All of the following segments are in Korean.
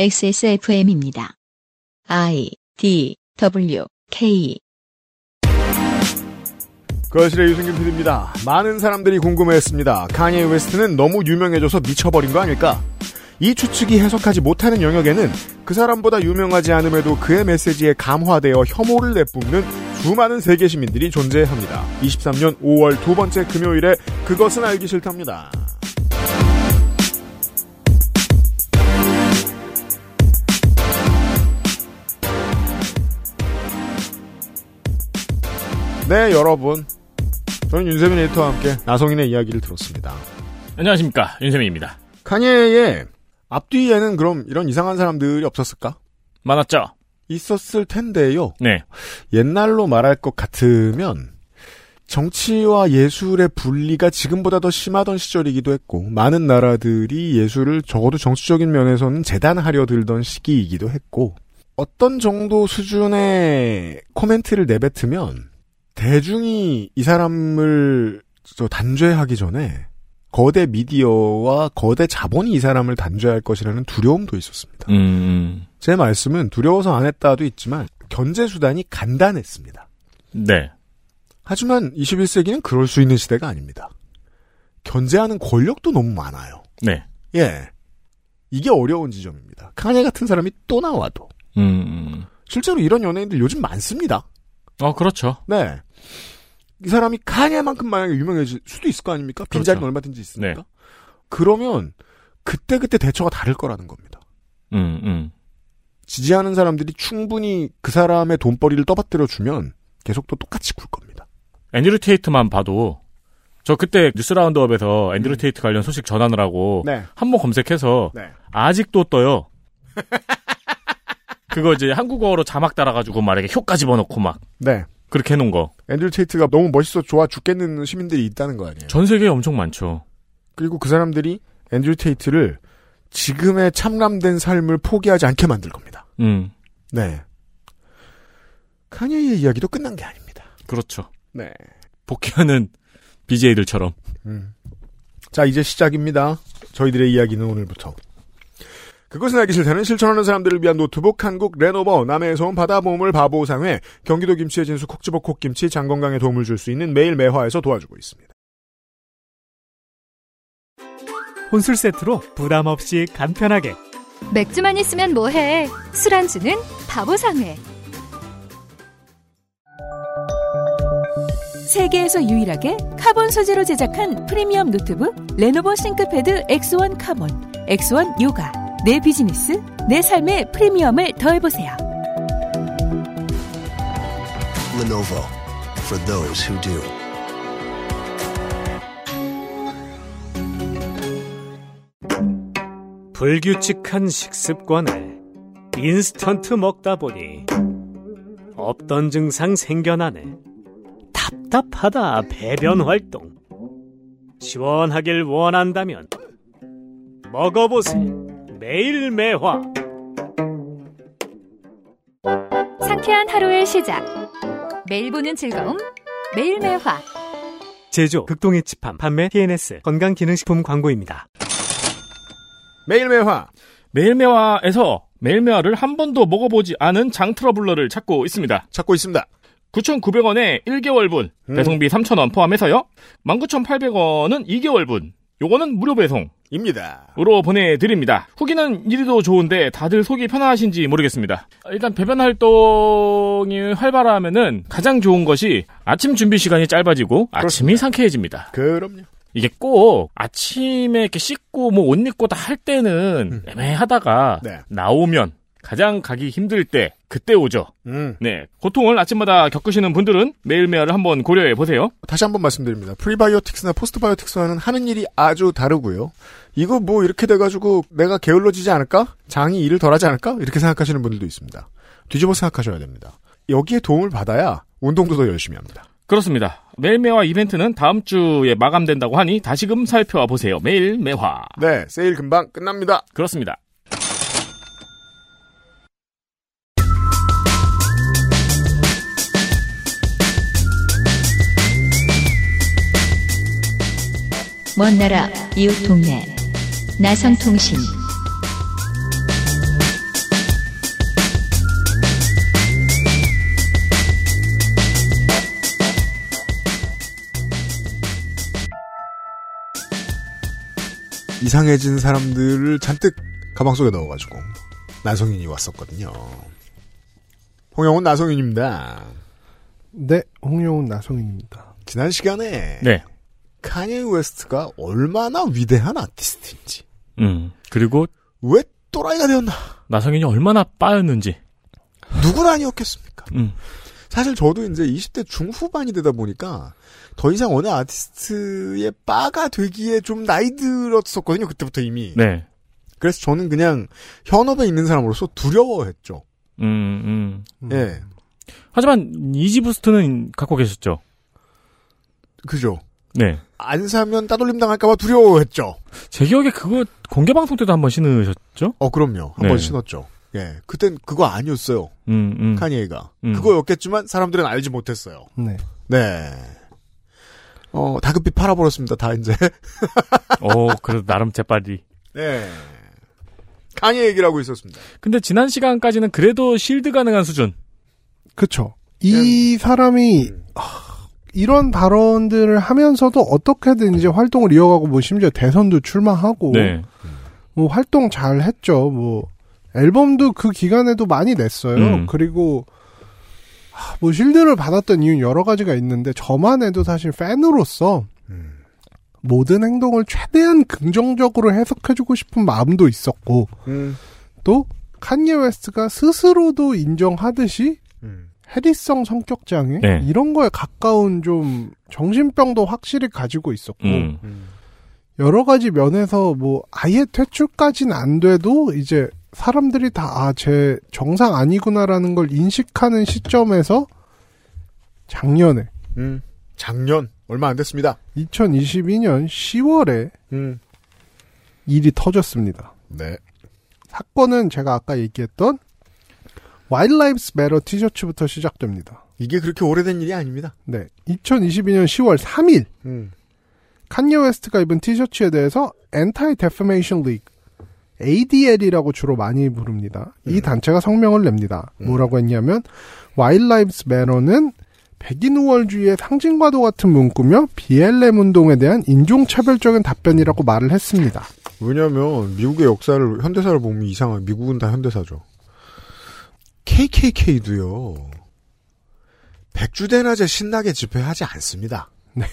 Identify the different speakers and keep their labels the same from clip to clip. Speaker 1: XSFM입니다. I D W K
Speaker 2: 거실의 유승균 PD입니다. 많은 사람들이 궁금해했습니다. 카니에 웨스트는 너무 유명해져서 미쳐버린 거 아닐까? 이 추측이 해석하지 못하는 영역에는 그 사람보다 유명하지 않음에도 그의 메시지에 감화되어 혐오를 내뿜는 수많은 세계 시민들이 존재합니다. 23년 5월 두 번째 금요일에 그것은 알기 싫답니다. 네, 여러분. 저는 윤세민 에디터와 함께 나성인의 이야기를 들었습니다.
Speaker 3: 안녕하십니까 윤세민입니다.
Speaker 2: 카니에의 앞뒤에는 그럼 이런 이상한 사람들이 없었을까?
Speaker 3: 많았죠?
Speaker 2: 있었을 텐데요.
Speaker 3: 네.
Speaker 2: 옛날로 말할 것 같으면 정치와 예술의 분리가 지금보다 더 심하던 시절이기도 했고 많은 나라들이 예술을 적어도 정치적인 면에서는 재단하려 들던 시기이기도 했고 어떤 정도 수준의 코멘트를 내뱉으면 대중이 이 사람을 저 단죄하기 전에 거대 미디어와 거대 자본이 이 사람을 단죄할 것이라는 두려움도 있었습니다.
Speaker 3: 음.
Speaker 2: 제 말씀은 두려워서 안 했다도 있지만 견제 수단이 간단했습니다.
Speaker 3: 네.
Speaker 2: 하지만 21세기는 그럴 수 있는 시대가 아닙니다. 견제하는 권력도 너무 많아요.
Speaker 3: 네.
Speaker 2: 예. 이게 어려운 지점입니다. 카네 같은 사람이 또 나와도.
Speaker 3: 음.
Speaker 2: 실제로 이런 연예인들 요즘 많습니다.
Speaker 3: 어 그렇죠.
Speaker 2: 네. 이 사람이 카네만큼 만약에 유명해질 수도 있을 거 아닙니까? 빈자리는
Speaker 3: 그렇죠.
Speaker 2: 얼마든지 있으니까. 그러면 그때그때 대처가 다를 거라는 겁니다.
Speaker 3: 음. 음.
Speaker 2: 지지하는 사람들이 충분히 그 사람의 돈벌이를 떠받들어 주면 계속 또 똑같이 굴 겁니다.
Speaker 3: 앤드류 테이트만 봐도 저 그때 뉴스 라운드업에서 앤드류 테이트 관련 소식 전하느라고
Speaker 2: 네.
Speaker 3: 한번 검색해서
Speaker 2: 네.
Speaker 3: 아직도 떠요. 그거 이제 한국어로 자막 달아가지고 막 이렇게 효과 집어넣고 막
Speaker 2: 네.
Speaker 3: 그렇게 해놓은 거.
Speaker 2: 앤드류 테이트가 너무 멋있어 좋아 죽겠는 시민들이 있다는 거 아니에요.
Speaker 3: 전 세계에 엄청 많죠.
Speaker 2: 그리고 그 사람들이 앤드류 테이트를 지금의 참람된 삶을 포기하지 않게 만들 겁니다.
Speaker 3: 음.
Speaker 2: 네. 카니의 이야기도 끝난 게 아닙니다.
Speaker 3: 그렇죠.
Speaker 2: 네.
Speaker 3: 복귀하는 BJ들처럼.
Speaker 2: 음. 자, 이제 시작입니다. 저희들의 이야기는 오늘부터. 그것은 알기 싫다는 실천하는 사람들을 위한 노트북 한국 레노버 남해에서 온 바다보물 바보상회 경기도 김치의 진수 콕지버 콕김치 장건강에 도움을 줄 수 있는 매일 매화에서 도와주고 있습니다.
Speaker 4: 혼술 세트로 부담 없이 간편하게
Speaker 5: 맥주만 있으면 뭐해? 술안주는 바보상회.
Speaker 6: 세계에서 유일하게 카본 소재로 제작한 프리미엄 노트북 레노버 싱크패드 X1 카본, X1 요가. 내 비즈니스, 내 삶의 프리미엄을 더해보세요.
Speaker 7: Lenovo for those who do.
Speaker 4: 불규칙한 식습관을 인스턴트 먹다 보니 없던 증상 생겨나네. 답답하다 배변 활동. 시원하길 원한다면 먹어보세요. 매일 매화.
Speaker 5: 상쾌한 하루의 시작. 매일 보는 즐거움. 매일 매화.
Speaker 4: 제조 극동의 집함 판매 TNS 건강기능식품 광고입니다.
Speaker 2: 매일 매화
Speaker 3: 매일매화에서 매일매화를 한 번도 먹어보지 않은 장 트러블러를 찾고 있습니다.
Speaker 2: 찾고 있습니다.
Speaker 3: 9,900원에 1개월분,
Speaker 2: 음.
Speaker 3: 배송비 3,000원 포함해서요. 19,800원은 2개월분, 요거는 무료 배송으로
Speaker 2: 입니다.
Speaker 3: 보내드립니다. 후기는 이리도 좋은데 다들 속이 편하신지 모르겠습니다. 일단 배변 활동이 활발하면은 가장 좋은 것이 아침 준비 시간이 짧아지고 아침이 상쾌해집니다.
Speaker 2: 그럼요.
Speaker 3: 이게 꼭 아침에 이렇게 씻고 뭐 옷 입고 다 할 때는 애매하다가
Speaker 2: 네.
Speaker 3: 나오면 가장 가기 힘들 때 그때 오죠.
Speaker 2: 음.
Speaker 3: 네. 고통을 아침마다 겪으시는 분들은 매일매일을 한번 고려해 보세요.
Speaker 2: 다시 한번 말씀드립니다. 프리바이오틱스나 포스트바이오틱스와는 하는 일이 아주 다르고요. 이거 뭐 이렇게 돼가지고 내가 게을러지지 않을까? 장이 일을 덜하지 않을까? 이렇게 생각하시는 분들도 있습니다. 뒤집어 생각하셔야 됩니다. 여기에 도움을 받아야 운동도 더 열심히 합니다.
Speaker 3: 그렇습니다. 매일매화 이벤트는 다음 주에 마감된다고 하니 다시금 살펴와 보세요. 매일매화.
Speaker 2: 네, 세일 금방 끝납니다.
Speaker 3: 그렇습니다.
Speaker 1: 먼 나라 이웃 동네 나성통신
Speaker 2: 이상해진 사람들을 잔뜩 가방 속에 넣어가지고 나성인이 왔었거든요. 홍영훈 나성인입니다.
Speaker 8: 네, 홍영훈 나성인입니다.
Speaker 2: 지난 시간에
Speaker 3: 네.
Speaker 2: 카니에 웨스트가 얼마나 위대한 아티스트인지
Speaker 3: 음. 그리고
Speaker 2: 왜 또라이가 되었나
Speaker 3: 나성인이 얼마나 빠였는지.
Speaker 2: 누구나 아니었겠습니까?
Speaker 3: 음.
Speaker 2: 사실 저도 이제 20대 중후반이 되다 보니까 더 이상 어느 아티스트의 빠가 되기에 좀 나이 들었었거든요. 그때부터 이미.
Speaker 3: 네.
Speaker 2: 그래서 저는 그냥 현업에 있는 사람으로서 두려워했죠.
Speaker 3: 음, 음.
Speaker 8: 음.
Speaker 2: 예.
Speaker 3: 하지만 이지부스트는 갖고 계셨죠.
Speaker 2: 그죠.
Speaker 3: 네.
Speaker 2: 안 사면 따돌림 당할까봐 두려워했죠.
Speaker 3: 제 기억에 그거 공개 방송 때도 한번 신으셨죠?
Speaker 2: 어, 그럼요. 한 번
Speaker 3: 네.
Speaker 2: 신었죠. 예. 그땐 그거 아니었어요.
Speaker 3: 음, 음.
Speaker 2: 카니에가.
Speaker 3: 음.
Speaker 2: 그거였겠지만 사람들은 알지 못했어요.
Speaker 8: 네.
Speaker 2: 네. 어, 다급히 팔아버렸습니다. 다 이제.
Speaker 3: 어, 그래도 나름 재빨리.
Speaker 2: 네. 카니 얘기를 하고 있었습니다.
Speaker 3: 근데 지난 시간까지는 그래도 실드 가능한 수준.
Speaker 8: 그쵸. 이 사람이, 하, 이런 발언들을 하면서도 어떻게든 이제 활동을 이어가고, 뭐, 심지어 대선도 출마하고,
Speaker 3: 네.
Speaker 8: 뭐, 활동 잘 했죠. 뭐, 앨범도 그 기간에도 많이 냈어요.
Speaker 3: 음.
Speaker 8: 그리고, 하, 뭐, 실드를 받았던 이유는 여러 가지가 있는데, 저만 해도 사실 팬으로서, 모든 행동을 최대한 긍정적으로 해석해주고 싶은 마음도 있었고,
Speaker 2: 음.
Speaker 8: 또 칸예 웨스트가 스스로도 인정하듯이
Speaker 2: 음.
Speaker 8: 해리성 성격 장애
Speaker 3: 네.
Speaker 8: 이런 거에 가까운 좀 정신병도 확실히 가지고 있었고
Speaker 3: 음.
Speaker 8: 여러 가지 면에서 뭐 아예 퇴출까지는 안 돼도 이제 사람들이 다 아 제 정상 아니구나라는 걸 인식하는 시점에서 작년에
Speaker 2: 음. 작년 얼마 안 됐습니다.
Speaker 8: 2022년 10월에
Speaker 2: 음.
Speaker 8: 일이 터졌습니다.
Speaker 2: 네.
Speaker 8: 사건은 제가 아까 얘기했던 와일드라이프스 메러 티셔츠부터 시작됩니다.
Speaker 2: 이게 그렇게 오래된 일이 아닙니다.
Speaker 8: 네. 2022년 10월 3일
Speaker 2: 음.
Speaker 8: 칸예 웨스트가 입은 티셔츠에 대해서 엔타이 데프메이션 리그 ADL이라고 주로 많이 부릅니다. 이 단체가 성명을 냅니다. 뭐라고 했냐면 와일드라이브스 매너는 백인 우월주의의 상징과도 같은 문구며 BLM 운동에 대한 인종차별적인 답변이라고 말을 했습니다.
Speaker 2: 왜냐하면 미국의 역사를 현대사를 보면 이상한 미국은 다 현대사죠. KKK도요. 백주대낮에 신나게 집회하지 않습니다.
Speaker 8: 네.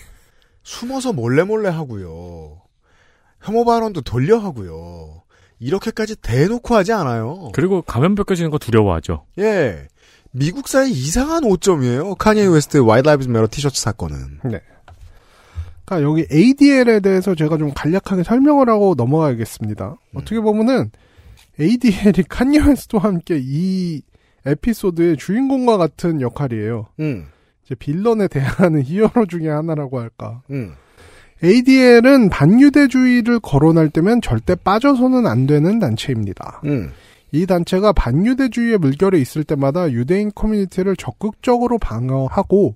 Speaker 2: 숨어서 몰래 몰래 하고요. 혐오 발언도 돌려 하고요. 이렇게까지 대놓고 하지 않아요.
Speaker 3: 그리고 가면 벗겨지는 거 두려워하죠.
Speaker 2: 예. 미국사의 이상한 오점이에요. 카니에 웨스트의 와이드 라이브즈 메러 티셔츠 사건은.
Speaker 8: 그러니까 여기 ADL에 대해서 제가 좀 간략하게 설명을 하고 넘어가야겠습니다. 어떻게 보면은 ADL이 칸예 웨스트와 함께 이 에피소드의 주인공과 같은 역할이에요.
Speaker 2: 음.
Speaker 8: 이제 빌런에 대항하는 히어로 중에 하나라고 할까.
Speaker 2: 음.
Speaker 8: ADL은 반유대주의를 거론할 때면 절대 빠져서는 안 되는 단체입니다.
Speaker 2: 음.
Speaker 8: 이 단체가 반유대주의의 물결에 있을 때마다 유대인 커뮤니티를 적극적으로 방어하고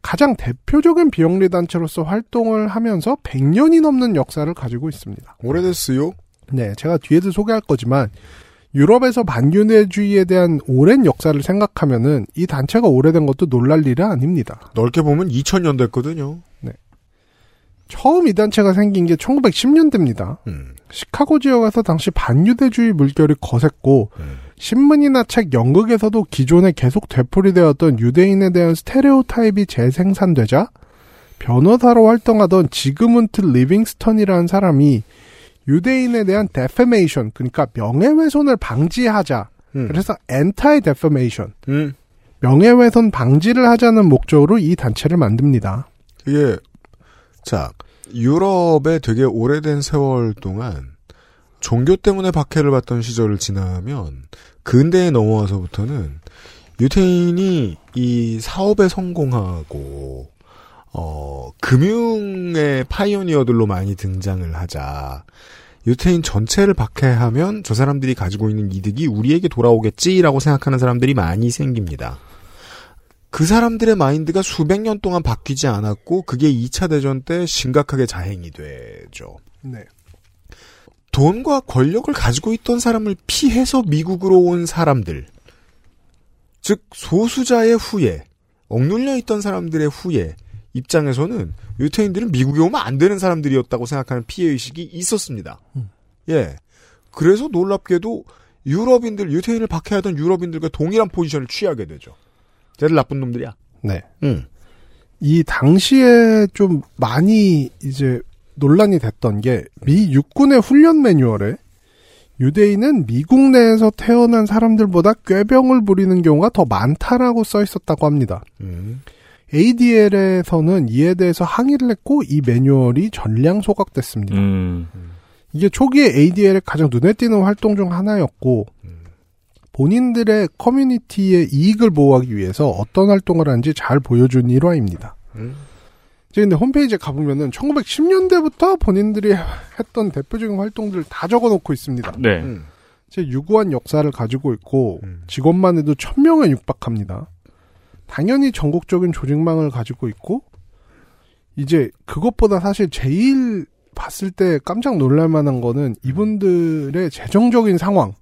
Speaker 8: 가장 대표적인 비영리 단체로서 활동을 하면서 100년이 넘는 역사를 가지고 있습니다.
Speaker 2: 오래됐어요.
Speaker 8: 네, 제가 뒤에도 소개할 거지만 유럽에서 반유대주의에 대한 오랜 역사를 생각하면은 이 단체가 오래된 것도 놀랄 일은 아닙니다.
Speaker 2: 넓게 보면 2000년 됐거든요.
Speaker 8: 처음 이 단체가 생긴 게 1910년대입니다.
Speaker 2: 음.
Speaker 8: 시카고 지역에서 당시 반유대주의 물결이 거셌고
Speaker 2: 음.
Speaker 8: 신문이나 책, 연극에서도 기존에 계속 되풀이되었던 유대인에 대한 스테레오타입이 재생산되자 변호사로 활동하던 지그문트 리빙스턴이라는 사람이 유대인에 대한 데페메이션, 그러니까 명예훼손을 방지하자.
Speaker 2: 음.
Speaker 8: 그래서 엔타이 데페메이션,
Speaker 2: 음.
Speaker 8: 명예훼손 방지를 하자는 목적으로 이 단체를 만듭니다.
Speaker 2: 이게 자 유럽에 되게 오래된 세월 동안 종교 때문에 박해를 받던 시절을 지나면 근대에 넘어와서부터는 유태인이 이 사업에 성공하고 어 금융의 파이오니어들로 많이 등장을 하자 유태인 전체를 박해하면 저 사람들이 가지고 있는 이득이 우리에게 돌아오겠지라고 생각하는 사람들이 많이 생깁니다. 그 사람들의 마인드가 수백 년 동안 바뀌지 않았고 그게 2차 대전 때 심각하게 자행이 되죠.
Speaker 8: 네.
Speaker 2: 돈과 권력을 가지고 있던 사람을 피해서 미국으로 온 사람들. 즉 소수자의 후예, 억눌려 있던 사람들의 후예 입장에서는 유태인들은 미국에 오면 안 되는 사람들이었다고 생각하는 피해의식이 있었습니다. 예. 그래서 놀랍게도 유럽인들, 유태인을 박해하던 유럽인들과 동일한 포지션을 취하게 되죠. 쟤들 나쁜 놈들이야.
Speaker 8: 네.
Speaker 2: 음.
Speaker 8: 이 당시에 좀 많이 이제 논란이 됐던 게 미 육군의 훈련 매뉴얼에 유대인은 미국 내에서 태어난 사람들보다 꾀병을 부리는 경우가 더 많다라고 써 있었다고 합니다.
Speaker 2: 음.
Speaker 8: ADL에서는 이에 대해서 항의를 했고 이 매뉴얼이 전량 소각됐습니다.
Speaker 3: 음.
Speaker 8: 이게 초기에 ADL의 가장 눈에 띄는 활동 중 하나였고 본인들의 커뮤니티의 이익을 보호하기 위해서 어떤 활동을 하는지 잘 보여준 일화입니다.
Speaker 2: 음.
Speaker 8: 이제 근데 홈페이지에 가보면은 1910년대부터 본인들이 했던 대표적인 활동들을 다 적어놓고 있습니다.
Speaker 3: 네.
Speaker 2: 음.
Speaker 8: 제 유구한 역사를 가지고 있고
Speaker 2: 음.
Speaker 8: 직원만 해도 1000명에 육박합니다. 당연히 전국적인 조직망을 가지고 있고 이제 그것보다 사실 제일 봤을 때 깜짝 놀랄 만한 거는 이분들의 재정적인 상황.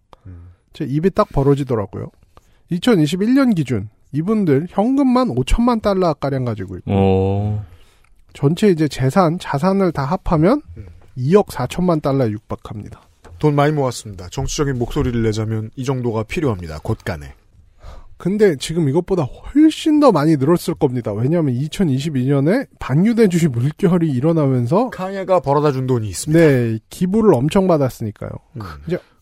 Speaker 8: 제 입이 딱 벌어지더라고요. 2021년 기준 이분들 현금만 5천만 달러 가량 가지고 있고
Speaker 3: 어.
Speaker 8: 전체 이제 재산, 자산을 다 합하면 2억 4천만 달러에 육박합니다.
Speaker 2: 돈 많이 모았습니다. 정치적인 목소리를 내자면 이 정도가 필요합니다. 곧간에.
Speaker 8: 근데 지금 이것보다 훨씬 더 많이 늘었을 겁니다. 왜냐하면 2022년에 반유대주의 물결이 일어나면서
Speaker 2: 카냐가 벌어다 준 돈이 있습니다.
Speaker 8: 네 기부를 엄청 받았으니까요.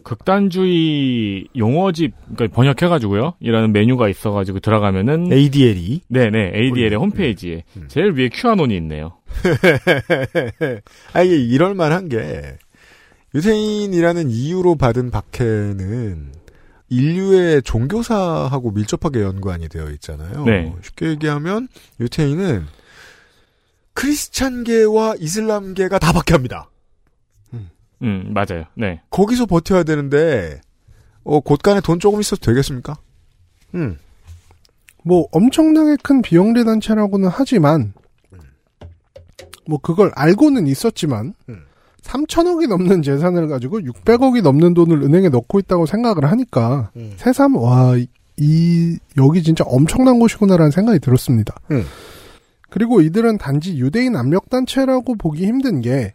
Speaker 3: 극단주의 용어집 그러니까 번역해가지고요. 이라는 메뉴가 있어가지고
Speaker 2: 네.
Speaker 3: 들어가면은
Speaker 2: ADL이.
Speaker 3: 네네 ADL의 홈페이지에 제일 위에 큐아논이 있네요.
Speaker 2: 아, 이게 이럴 만한 게, 유태인이라는 이유로 받은 박해는 인류의 종교사하고 밀접하게 연관이 되어 있잖아요.
Speaker 3: 네.
Speaker 2: 쉽게 얘기하면, 유태인은 크리스찬계와 이슬람계가 다 박해합니다.
Speaker 3: 음 맞아요. 네.
Speaker 2: 거기서 버텨야 되는데, 어, 곳간에 돈 조금 있어도 되겠습니까? 음.
Speaker 8: 뭐 엄청나게 큰 비영리 단체라고는 하지만 뭐 그걸 알고는 있었지만
Speaker 2: 음.
Speaker 8: 3천억이 넘는 재산을 가지고 600억이 넘는 돈을 은행에 넣고 있다고 생각을 하니까
Speaker 2: 음.
Speaker 8: 새삼 와 이 여기 진짜 엄청난 곳이구나라는 생각이 들었습니다.
Speaker 2: 음.
Speaker 8: 그리고 이들은 단지 유대인 압력 단체라고 보기 힘든 게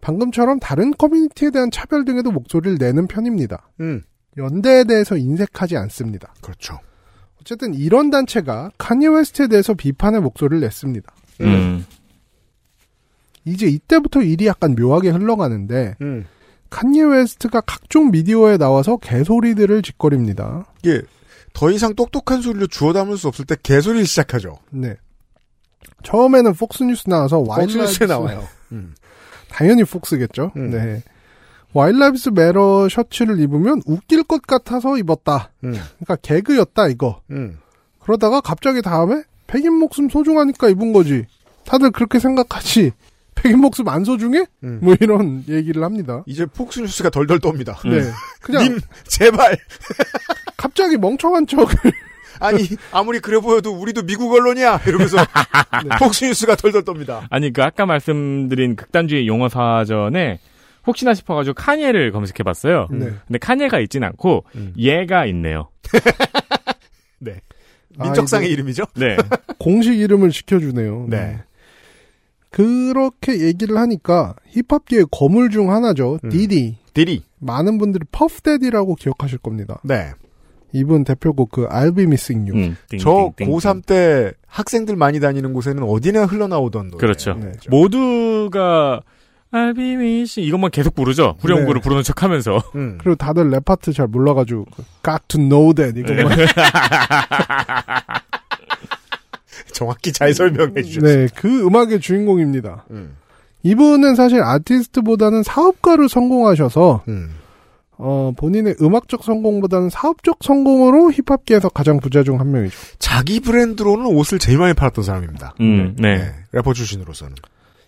Speaker 8: 방금처럼 다른 커뮤니티에 대한 차별 등에도 목소리를 내는 편입니다.
Speaker 2: 음.
Speaker 8: 연대에 대해서 인색하지 않습니다.
Speaker 2: 그렇죠.
Speaker 8: 어쨌든 이런 단체가 카니 웨스트에 대해서 비판의 목소리를 냈습니다.
Speaker 3: 음.
Speaker 8: 이제 이때부터 일이 약간 묘하게 흘러가는데
Speaker 2: 음.
Speaker 8: 카니 웨스트가 각종 미디어에 나와서 개소리들을 짓거립니다.
Speaker 2: 이게, 예. 더 이상 똑똑한 소리로 주워 담을 수 없을 때 개소리를 시작하죠.
Speaker 8: 네. 처음에는 폭스뉴스 나와서
Speaker 2: 폭스뉴스에
Speaker 8: 와일드뉴스에
Speaker 2: 나와요. 음.
Speaker 8: 당연히 폭스겠죠.
Speaker 2: 음.
Speaker 8: 네. 와일드라이브스 메러 셔츠를 입으면 웃길 것 같아서 입었다.
Speaker 2: 음.
Speaker 8: 그러니까 개그였다 이거.
Speaker 2: 음.
Speaker 8: 그러다가 갑자기 다음에 백인 목숨 소중하니까 입은 거지. 다들 그렇게 생각하지. 백인 목숨 안 소중해?
Speaker 2: 음.
Speaker 8: 뭐 이런 얘기를 합니다.
Speaker 2: 이제 폭스뉴스가 덜덜 떱니다. 음.
Speaker 8: 네. 그냥
Speaker 2: 님 제발
Speaker 8: 갑자기 멍청한 척을
Speaker 2: 아니 아무리 그래 보여도 우리도 미국 언론이야 이러면서
Speaker 8: 네.
Speaker 2: 폭스뉴스가 덜덜 떱니다.
Speaker 3: 아니 그 아까 말씀드린 극단주의 용어 사전에 혹시나 싶어가지고 카니에를 검색해봤어요.
Speaker 8: 네.
Speaker 3: 근데 카니에가 있진 않고 얘가 있네요.
Speaker 2: 민족상의
Speaker 8: 아,
Speaker 2: 이름이죠.
Speaker 3: 네.
Speaker 8: 공식 이름을 지켜주네요.
Speaker 2: 네.
Speaker 8: 그렇게 얘기를 하니까 힙합계의 거물 중 하나죠.
Speaker 2: 음.
Speaker 8: 디디.
Speaker 2: 디리.
Speaker 8: 많은 분들이 퍼프데디라고 기억하실 겁니다.
Speaker 2: 네.
Speaker 8: 이분 대표곡 그 I'll be missing you.
Speaker 3: 음. 띵,
Speaker 2: 저
Speaker 3: 띵, 띵, 띵.
Speaker 2: 고3 때 학생들 많이 다니는 곳에는 어디나 흘러나오던 노래.
Speaker 3: 그렇죠.
Speaker 8: 네.
Speaker 3: 모두가 알비미시 이것만 계속 부르죠. 후렴구를
Speaker 8: 네.
Speaker 3: 부르는 척하면서.
Speaker 2: 음.
Speaker 8: 그리고 다들 랩 파트 잘 몰라가지고 그 Got to know that 이거 막
Speaker 2: 정확히 잘 설명해 주셨어요.
Speaker 8: 음, 네, 그 음악의 주인공입니다.
Speaker 2: 음.
Speaker 8: 이분은 사실 아티스트보다는 사업가로 성공하셔서
Speaker 2: 음.
Speaker 8: 어, 본인의 음악적 성공보다는 사업적 성공으로 힙합계에서 가장 부자 중 한 명이죠.
Speaker 2: 자기 브랜드로는 옷을 제일 많이 팔았던 사람입니다.
Speaker 3: 음, 네.
Speaker 2: 래퍼 출신으로서는.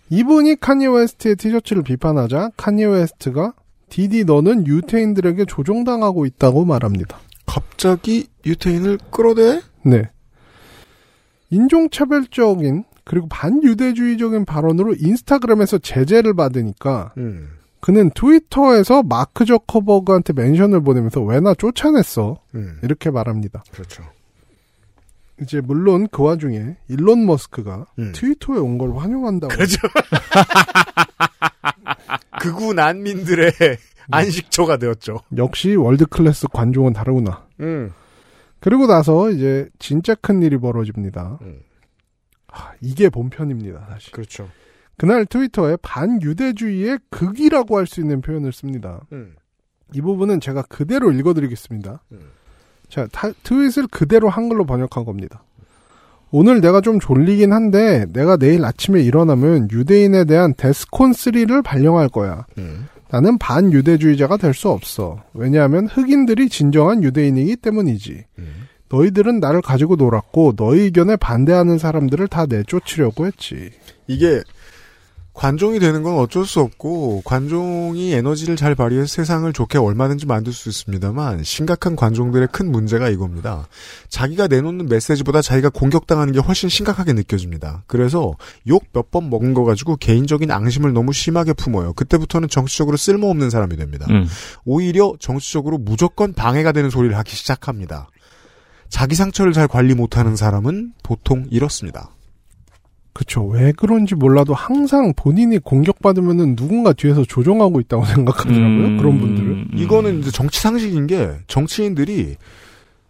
Speaker 8: 이분이 카니 웨스트의 티셔츠를 비판하자 카니 웨스트가 디디 너는 유태인들에게 조종당하고 있다고 말합니다.
Speaker 2: 갑자기 유태인을 끌어대?
Speaker 8: 네. 인종차별적인 그리고 반유대주의적인 발언으로 인스타그램에서 제재를 받으니까
Speaker 2: 음.
Speaker 8: 그는 트위터에서 마크 저커버그한테 멘션을 보내면서 왜 나 쫓아냈어
Speaker 2: 음.
Speaker 8: 이렇게 말합니다.
Speaker 2: 그렇죠.
Speaker 8: 이제 물론 그 와중에 일론 머스크가
Speaker 2: 음.
Speaker 8: 트위터에 온 걸 환영한다고
Speaker 2: 극우 난민들의 안식처가 되었죠.
Speaker 8: 역시 월드 클래스 관종은 다르구나.
Speaker 2: 음.
Speaker 8: 그리고 나서 이제 진짜 큰 일이 벌어집니다.
Speaker 2: 음.
Speaker 8: 하, 이게 본편입니다, 사실.
Speaker 2: 그렇죠.
Speaker 8: 그날 트위터에 반유대주의의 극이라고 할 수 있는 표현을 씁니다.
Speaker 2: 음.
Speaker 8: 이 부분은 제가 그대로 읽어드리겠습니다.
Speaker 2: 음.
Speaker 8: 자, 타- 트윗을 그대로 한글로 번역한 겁니다. 오늘 내가 좀 졸리긴 한데 내가 내일 아침에 일어나면 유대인에 대한 데스콘 3를 발령할 거야.
Speaker 2: 음.
Speaker 8: 나는 반유대주의자가 될 수 없어. 왜냐하면 흑인들이 진정한 유대인이기 때문이지.
Speaker 2: 음.
Speaker 8: 너희들은 나를 가지고 놀았고 너희 의견에 반대하는 사람들을 다 내쫓으려고 했지.
Speaker 2: 이게 관종이 되는 건 어쩔 수 없고 관종이 에너지를 잘 발휘해 세상을 좋게 얼마든지 만들 수 있습니다만 심각한 관종들의 큰 문제가 이겁니다. 자기가 내놓는 메시지보다 자기가 공격당하는 게 훨씬 심각하게 느껴집니다. 그래서 욕 몇 번 먹은 거 가지고 개인적인 앙심을 너무 심하게 품어요. 그때부터는 정치적으로 쓸모없는 사람이 됩니다.
Speaker 3: 음.
Speaker 2: 오히려 정치적으로 무조건 방해가 되는 소리를 하기 시작합니다. 자기 상처를 잘 관리 못하는 사람은 보통 이렇습니다.
Speaker 8: 그쵸. 왜 그런지 몰라도 항상 본인이 공격받으면은 누군가 뒤에서 조종하고 있다고 생각하더라고요.
Speaker 3: 음.
Speaker 8: 그런 분들을.
Speaker 2: 이거는 이제 정치 상식인 게 정치인들이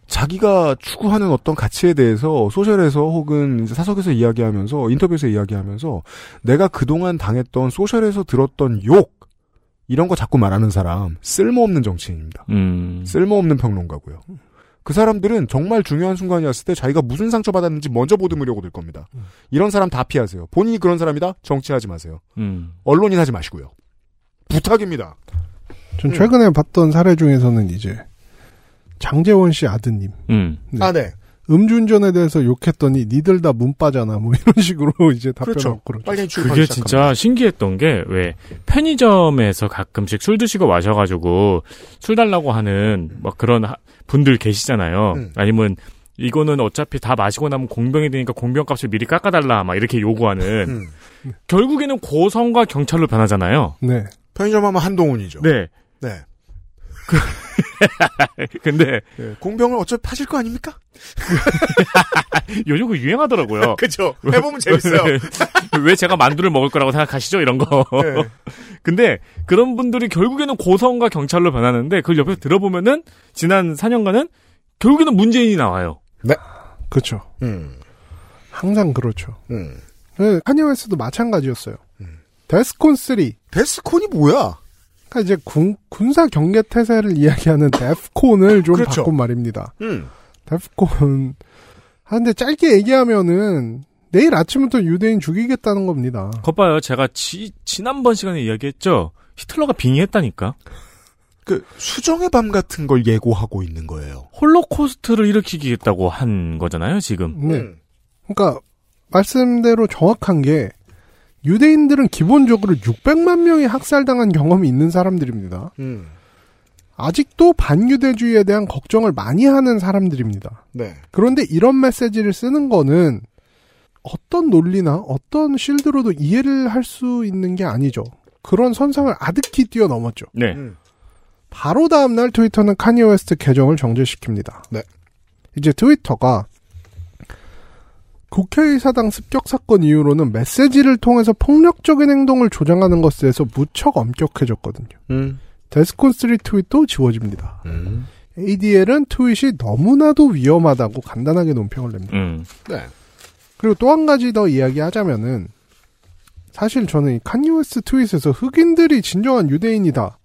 Speaker 2: 자기가 추구하는 어떤 가치에 대해서 소셜에서 혹은 이제 사석에서 이야기하면서 인터뷰에서 이야기하면서 내가 그동안 당했던 소셜에서 들었던 욕 이런 거 자꾸 말하는 사람 쓸모없는 정치인입니다.
Speaker 3: 음.
Speaker 2: 쓸모없는 평론가고요. 그 사람들은 정말 중요한 순간이었을 때 자기가 무슨 상처받았는지 먼저 보듬으려고 들 겁니다. 이런 사람 다 피하세요. 본인이 그런 사람이다? 정치하지 마세요.
Speaker 3: 음.
Speaker 2: 언론인 하지 마시고요. 부탁입니다.
Speaker 8: 전
Speaker 2: 음.
Speaker 8: 최근에 봤던 사례 중에서는 이제 장재원 씨 아드님
Speaker 3: 음.
Speaker 8: 네.
Speaker 2: 아, 네.
Speaker 8: 음주운전에 대해서 욕했더니 니들 다 문 빠잖아 뭐 이런 식으로 이제 답변하고
Speaker 2: 그렇죠.
Speaker 8: 그러죠.
Speaker 2: 빨리 출입하기
Speaker 3: 그게
Speaker 2: 시작합니다.
Speaker 3: 진짜 신기했던 게 왜 편의점에서 가끔씩 술 드시고 마셔가지고 술 달라고 하는 막 그런 하- 분들 계시잖아요.
Speaker 2: 음.
Speaker 3: 아니면 이거는 어차피 다 마시고 나면 공병이 되니까 공병값을 미리 깎아달라 막 이렇게 요구하는
Speaker 2: 음.
Speaker 3: 결국에는 고성과 경찰로 변하잖아요.
Speaker 8: 네.
Speaker 2: 편의점 하면 한동훈이죠.
Speaker 3: 네.
Speaker 2: 네.
Speaker 3: 근데
Speaker 2: 예, 공병을 어차피 파실 거 아닙니까?
Speaker 3: 요즘 그 유행하더라고요.
Speaker 2: 그죠.
Speaker 3: 네. 왜 제가 만두를 먹을 거라고 생각하시죠? 이런 거.
Speaker 2: 네.
Speaker 3: 근데 그런 분들이 결국에는 고성과 경찰로 변하는데 그걸 옆에서 들어보면은 지난 4년간은 결국에는 문재인이 나와요.
Speaker 8: 그렇죠.
Speaker 2: 음,
Speaker 8: 항상 그렇죠.
Speaker 2: 음.
Speaker 8: 네, 카니웨스도 마찬가지였어요. 데스콘 3.
Speaker 2: 데스콘이 뭐야?
Speaker 8: 그러니까 이제 군, 군사 경계 태세를 이야기하는 데프콘을 좀
Speaker 2: 그렇죠.
Speaker 8: 바꾼 말입니다.
Speaker 2: 음.
Speaker 8: 데프콘. 아, 근데 짧게 얘기하면은 내일 아침부터 유대인 죽이겠다는 겁니다.
Speaker 3: 겉봐요. 제가 지, 지난번 시간에 이야기했죠. 히틀러가 빙의했다니까.
Speaker 2: 그 수정의 밤 같은 걸 예고하고 있는 거예요.
Speaker 3: 홀로코스트를 일으키겠다고 한 거잖아요, 지금.
Speaker 8: 네.
Speaker 2: 음.
Speaker 8: 그러니까 말씀대로 정확한 게 유대인들은 기본적으로 600만 명이 학살당한 경험이 있는 사람들입니다.
Speaker 2: 음.
Speaker 8: 아직도 반유대주의에 대한 걱정을 많이 하는 사람들입니다.
Speaker 2: 네.
Speaker 8: 그런데 이런 메시지를 쓰는 거는 어떤 논리나 어떤 실드로도 이해를 할 수 있는 게 아니죠. 그런 선상을 아득히 뛰어넘었죠.
Speaker 3: 네.
Speaker 2: 음.
Speaker 8: 바로 다음 날 트위터는 카니에 웨스트 계정을 정지시킵니다.
Speaker 2: 네.
Speaker 8: 이제 트위터가 국회의사당 습격 사건 이후로는 메시지를 통해서 폭력적인 행동을 조장하는 것에 대해서 무척 엄격해졌거든요.
Speaker 2: 음.
Speaker 8: 데스콘 3 트윗도 지워집니다.
Speaker 2: 음.
Speaker 8: ADL은 트윗이 너무나도 위험하다고 간단하게 논평을 냅니다.
Speaker 3: 음.
Speaker 2: 네.
Speaker 8: 그리고 또 한 가지 더 이야기하자면은 사실 저는 이 칸유웨스 트윗에서 흑인들이 진정한 유대인이다.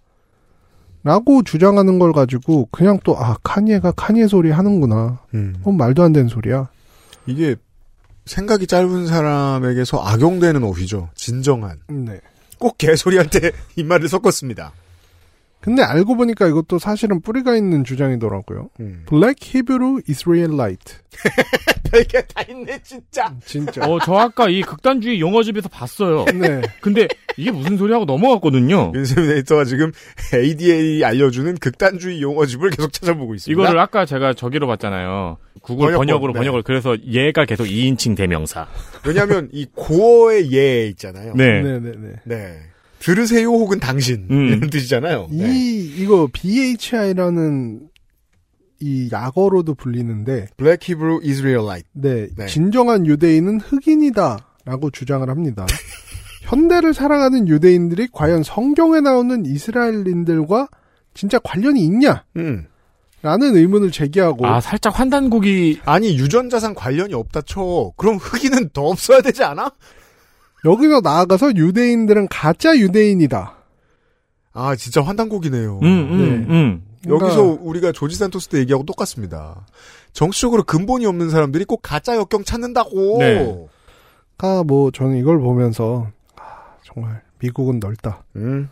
Speaker 8: 라고 주장하는 걸 가지고 그냥 또 아 카니에가 카니에 소리 하는구나.
Speaker 2: 음.
Speaker 8: 그건 말도 안 되는 소리야.
Speaker 2: 이게 생각이 짧은 사람에게서 악용되는 어휘죠. 진정한.
Speaker 8: 네.
Speaker 2: 꼭 개소리할 때 입말을 섞었습니다.
Speaker 8: 근데 알고 보니까 이것도 사실은 뿌리가 있는 주장이더라고요.
Speaker 2: 음.
Speaker 8: 블랙 히브루 이스라엘라이트.
Speaker 2: 별게 다 있네 진짜.
Speaker 8: 음, 진짜.
Speaker 3: 어, 저 아까 이 극단주의 용어집에서 봤어요.
Speaker 8: 네.
Speaker 3: 근데 이게 무슨 소리하고 넘어갔거든요.
Speaker 2: 윤세민 에디터가 지금 ADA 알려주는 극단주의 용어집을 계속 찾아보고 있습니다.
Speaker 3: 이거를 아까 제가 저기로 봤잖아요. 구글
Speaker 2: 번역본,
Speaker 3: 번역으로
Speaker 2: 네.
Speaker 3: 번역을 그래서 얘가 계속 2인칭 대명사.
Speaker 2: 왜냐하면 이 고어의 예 있잖아요.
Speaker 3: 네.
Speaker 8: 네, 네, 네.
Speaker 2: 네. 들으세요 혹은 당신
Speaker 3: 음.
Speaker 2: 이런 뜻이잖아요. 네.
Speaker 8: 이 이거 BHI라는 이 약어로도 불리는데
Speaker 2: 블랙 히브루 이스라엘라이트.
Speaker 8: 네,
Speaker 2: 네.
Speaker 8: 진정한 유대인은 흑인이다라고 주장을 합니다. 현대를 살아가는 유대인들이 과연 성경에 나오는 이스라엘인들과 진짜 관련이 있냐?
Speaker 2: 음.
Speaker 8: 라는 의문을 제기하고
Speaker 3: 아 살짝 환단국이
Speaker 2: 아니 유전자상 관련이 없다 쳐. 그럼 흑인은 더 없어야 되지 않아?
Speaker 8: 여기서 나아가서 유대인들은 가짜 유대인이다.
Speaker 2: 아 진짜 환단곡이네요.
Speaker 3: 음음음
Speaker 8: 그러니까
Speaker 2: 여기서 우리가 조지 산토스 때 얘기하고 똑같습니다. 정치적으로 근본이 없는 사람들이 꼭 가짜 역경 찾는다고.
Speaker 3: 네.
Speaker 8: 아, 뭐 저는 이걸 보면서 아, 정말 미국은 넓다.
Speaker 2: 음.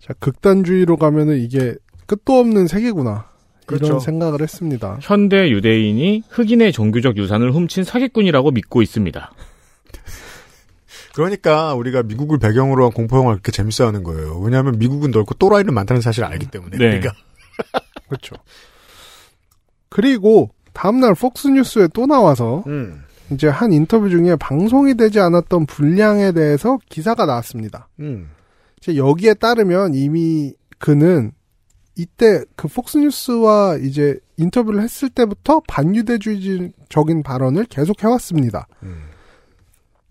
Speaker 8: 자, 극단주의로 가면은 이게 끝도 없는 세계구나.
Speaker 2: 그렇죠.
Speaker 8: 이런 생각을 했습니다.
Speaker 3: 현대 유대인이 흑인의 종교적 유산을 훔친 사기꾼이라고 믿고 있습니다.
Speaker 2: 그러니까 우리가 미국을 배경으로 한 공포 영화 그렇게 재밌어하는 거예요. 왜냐하면 미국은 넓고 또라이는 많다는 사실을 알기 때문에
Speaker 3: 네.
Speaker 2: 우리가
Speaker 8: 그렇죠. 그리고 다음날 폭스뉴스에 또 나와서
Speaker 2: 음.
Speaker 8: 이제 한 인터뷰 중에 방송이 되지 않았던 분량에 대해서 기사가 나왔습니다.
Speaker 2: 음.
Speaker 8: 이제 여기에 따르면 이미 그는 이때 그 폭스뉴스와 이제 인터뷰를 했을 때부터 반유대주의적인 발언을 계속 해왔습니다.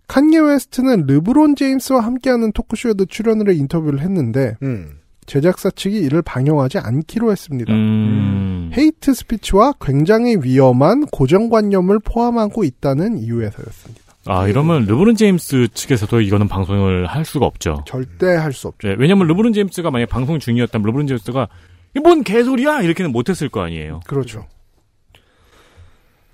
Speaker 8: 칸예 웨스트는 르브론 제임스와 함께하는 토크쇼에도 출연을 해 인터뷰를 했는데
Speaker 2: 음.
Speaker 8: 제작사 측이 이를 방영하지 않기로 했습니다.
Speaker 3: 음.
Speaker 8: 헤이트 스피치와 굉장히 위험한 고정관념을 포함하고 있다는 이유에서였습니다.
Speaker 3: 아 이러면 르브론 제임스 측에서도 이거는 방송을 할 수가 없죠.
Speaker 8: 절대 할 수 없죠.
Speaker 3: 네, 왜냐면 르브론 제임스가 만약 방송 중이었다면 르브론 제임스가 이게 뭔 개소리야 이렇게는 못했을 거 아니에요.
Speaker 8: 그렇죠.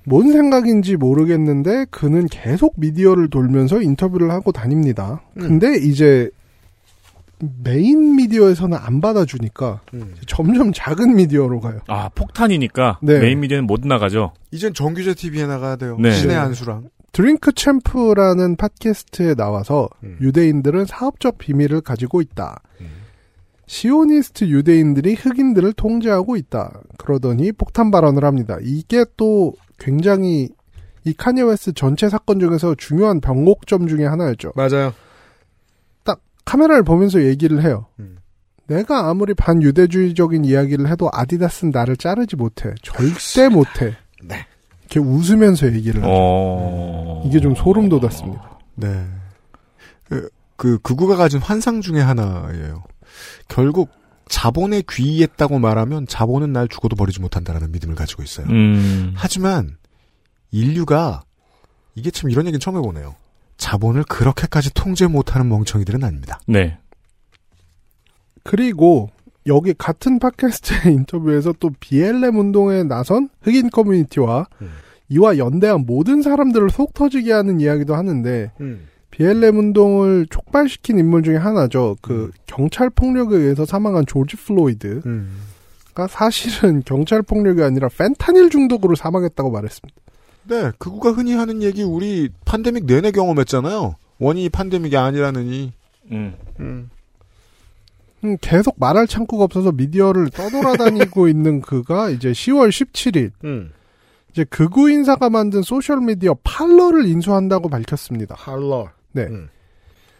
Speaker 8: 뭔 생각인지 모르겠는데 그는 계속 미디어를 돌면서 인터뷰를 하고 다닙니다. 근데 이제 메인 미디어에서는 안 받아주니까
Speaker 2: 음.
Speaker 8: 점점 작은 미디어로 가요.
Speaker 3: 아 폭탄이니까
Speaker 8: 네.
Speaker 3: 메인 미디어는 못 나가죠.
Speaker 2: 이젠 정규제 TV에 나가야 돼요.
Speaker 3: 네.
Speaker 2: 신의
Speaker 8: 네.
Speaker 2: 한수랑.
Speaker 8: 드링크 챔프라는 팟캐스트에 나와서
Speaker 2: 음.
Speaker 8: 유대인들은 사업적 비밀을 가지고 있다. 시오니스트 유대인들이 흑인들을 통제하고 있다. 그러더니 폭탄 발언을 합니다. 이게 또 굉장히 이 카니웨스 전체 사건 중에서 중요한 변곡점 중에 하나였죠.
Speaker 2: 맞아요.
Speaker 8: 딱 카메라를 보면서 얘기를 해요.
Speaker 2: 음.
Speaker 8: 내가 아무리 반유대주의적인 이야기를 해도 아디다스는 나를 자르지 못해. 절대 못해.
Speaker 2: 네.
Speaker 8: 이렇게 웃으면서 얘기를 해요.
Speaker 3: 어...
Speaker 8: 이게 좀 소름 돋았습니다.
Speaker 2: 네. 그, 그 극우가 가진 환상 중에 하나예요. 결국 자본에 귀의했다고 말하면 자본은 날 죽어도 버리지 못한다라는 믿음을 가지고 있어요.
Speaker 3: 음.
Speaker 2: 하지만 인류가 이게 참 이런 얘기는 처음 해보네요. 자본을 그렇게까지 통제 못하는 멍청이들은 아닙니다.
Speaker 3: 네.
Speaker 8: 그리고 여기 같은 팟캐스트 인터뷰에서 또 BLM 운동에 나선 흑인 커뮤니티와 이와 연대한 모든 사람들을 속 터지게 하는 이야기도 하는데 BLM 운동을 촉발시킨 인물 중에 하나죠. 그 경찰 폭력에 의해서 사망한 조지 플로이드가
Speaker 2: 음.
Speaker 8: 사실은 경찰 폭력이 아니라 펜타닐 중독으로 사망했다고 말했습니다.
Speaker 2: 네, 극우가 흔히 하는 얘기 우리 팬데믹 내내 경험했잖아요. 원인이 팬데믹이 아니라느니.
Speaker 3: 음.
Speaker 8: 음, 계속 말할 창구가 없어서 미디어를 떠돌아다니고 있는 그가 이제 10월 17일
Speaker 2: 음.
Speaker 8: 이제 극우 인사가 만든 소셜 미디어 팔러를 인수한다고 밝혔습니다.
Speaker 2: 할러.
Speaker 8: 네.
Speaker 2: 음.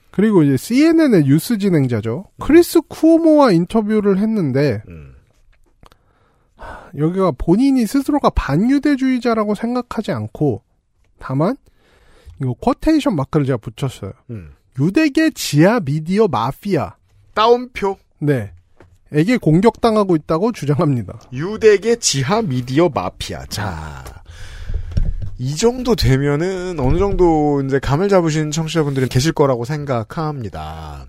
Speaker 8: 그리고 이제 CNN의 뉴스 진행자죠. 크리스 쿠오모와 인터뷰를 했는데
Speaker 2: 음.
Speaker 8: 여기가 본인이 스스로가 반유대주의자라고 생각하지 않고 다만 이거 쿼테이션 마크를 제가 붙였어요.
Speaker 2: 음.
Speaker 8: 유대계 지하 미디어 마피아.
Speaker 2: 따옴표.
Speaker 8: 네. 에게 공격당하고 있다고 주장합니다.
Speaker 2: 유대계 지하 미디어 마피아. 자. 이 정도 되면은 어느 정도 이제 감을 잡으신 청취자분들은 계실 거라고 생각합니다.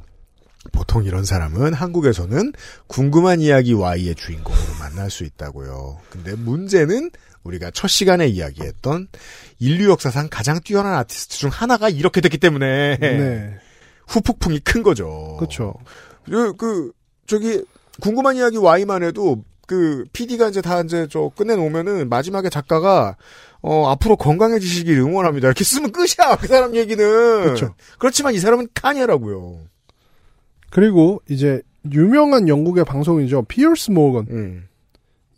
Speaker 2: 보통 이런 사람은 한국에서는 궁금한 이야기 Y의 주인공으로 만날 수 있다고요. 근데 문제는 우리가 첫 시간에 이야기했던 인류 역사상 가장 뛰어난 아티스트 중 하나가 이렇게 됐기 때문에
Speaker 8: 네.
Speaker 2: 후폭풍이 큰 거죠.
Speaker 8: 그렇죠.
Speaker 2: 그, 그, 저기, 궁금한 이야기 Y만 해도, 그, PD가 이제 다 이제 저 끝내놓으면은 마지막에 작가가, 어, 앞으로 건강해지시길 응원합니다. 이렇게 쓰면 끝이야! 그 사람 얘기는!
Speaker 8: 그렇죠.
Speaker 2: 그렇지만 이 사람은 카니라고요.
Speaker 8: 그리고 이제 유명한 영국의 방송이죠. 피어스 모건.
Speaker 2: 음.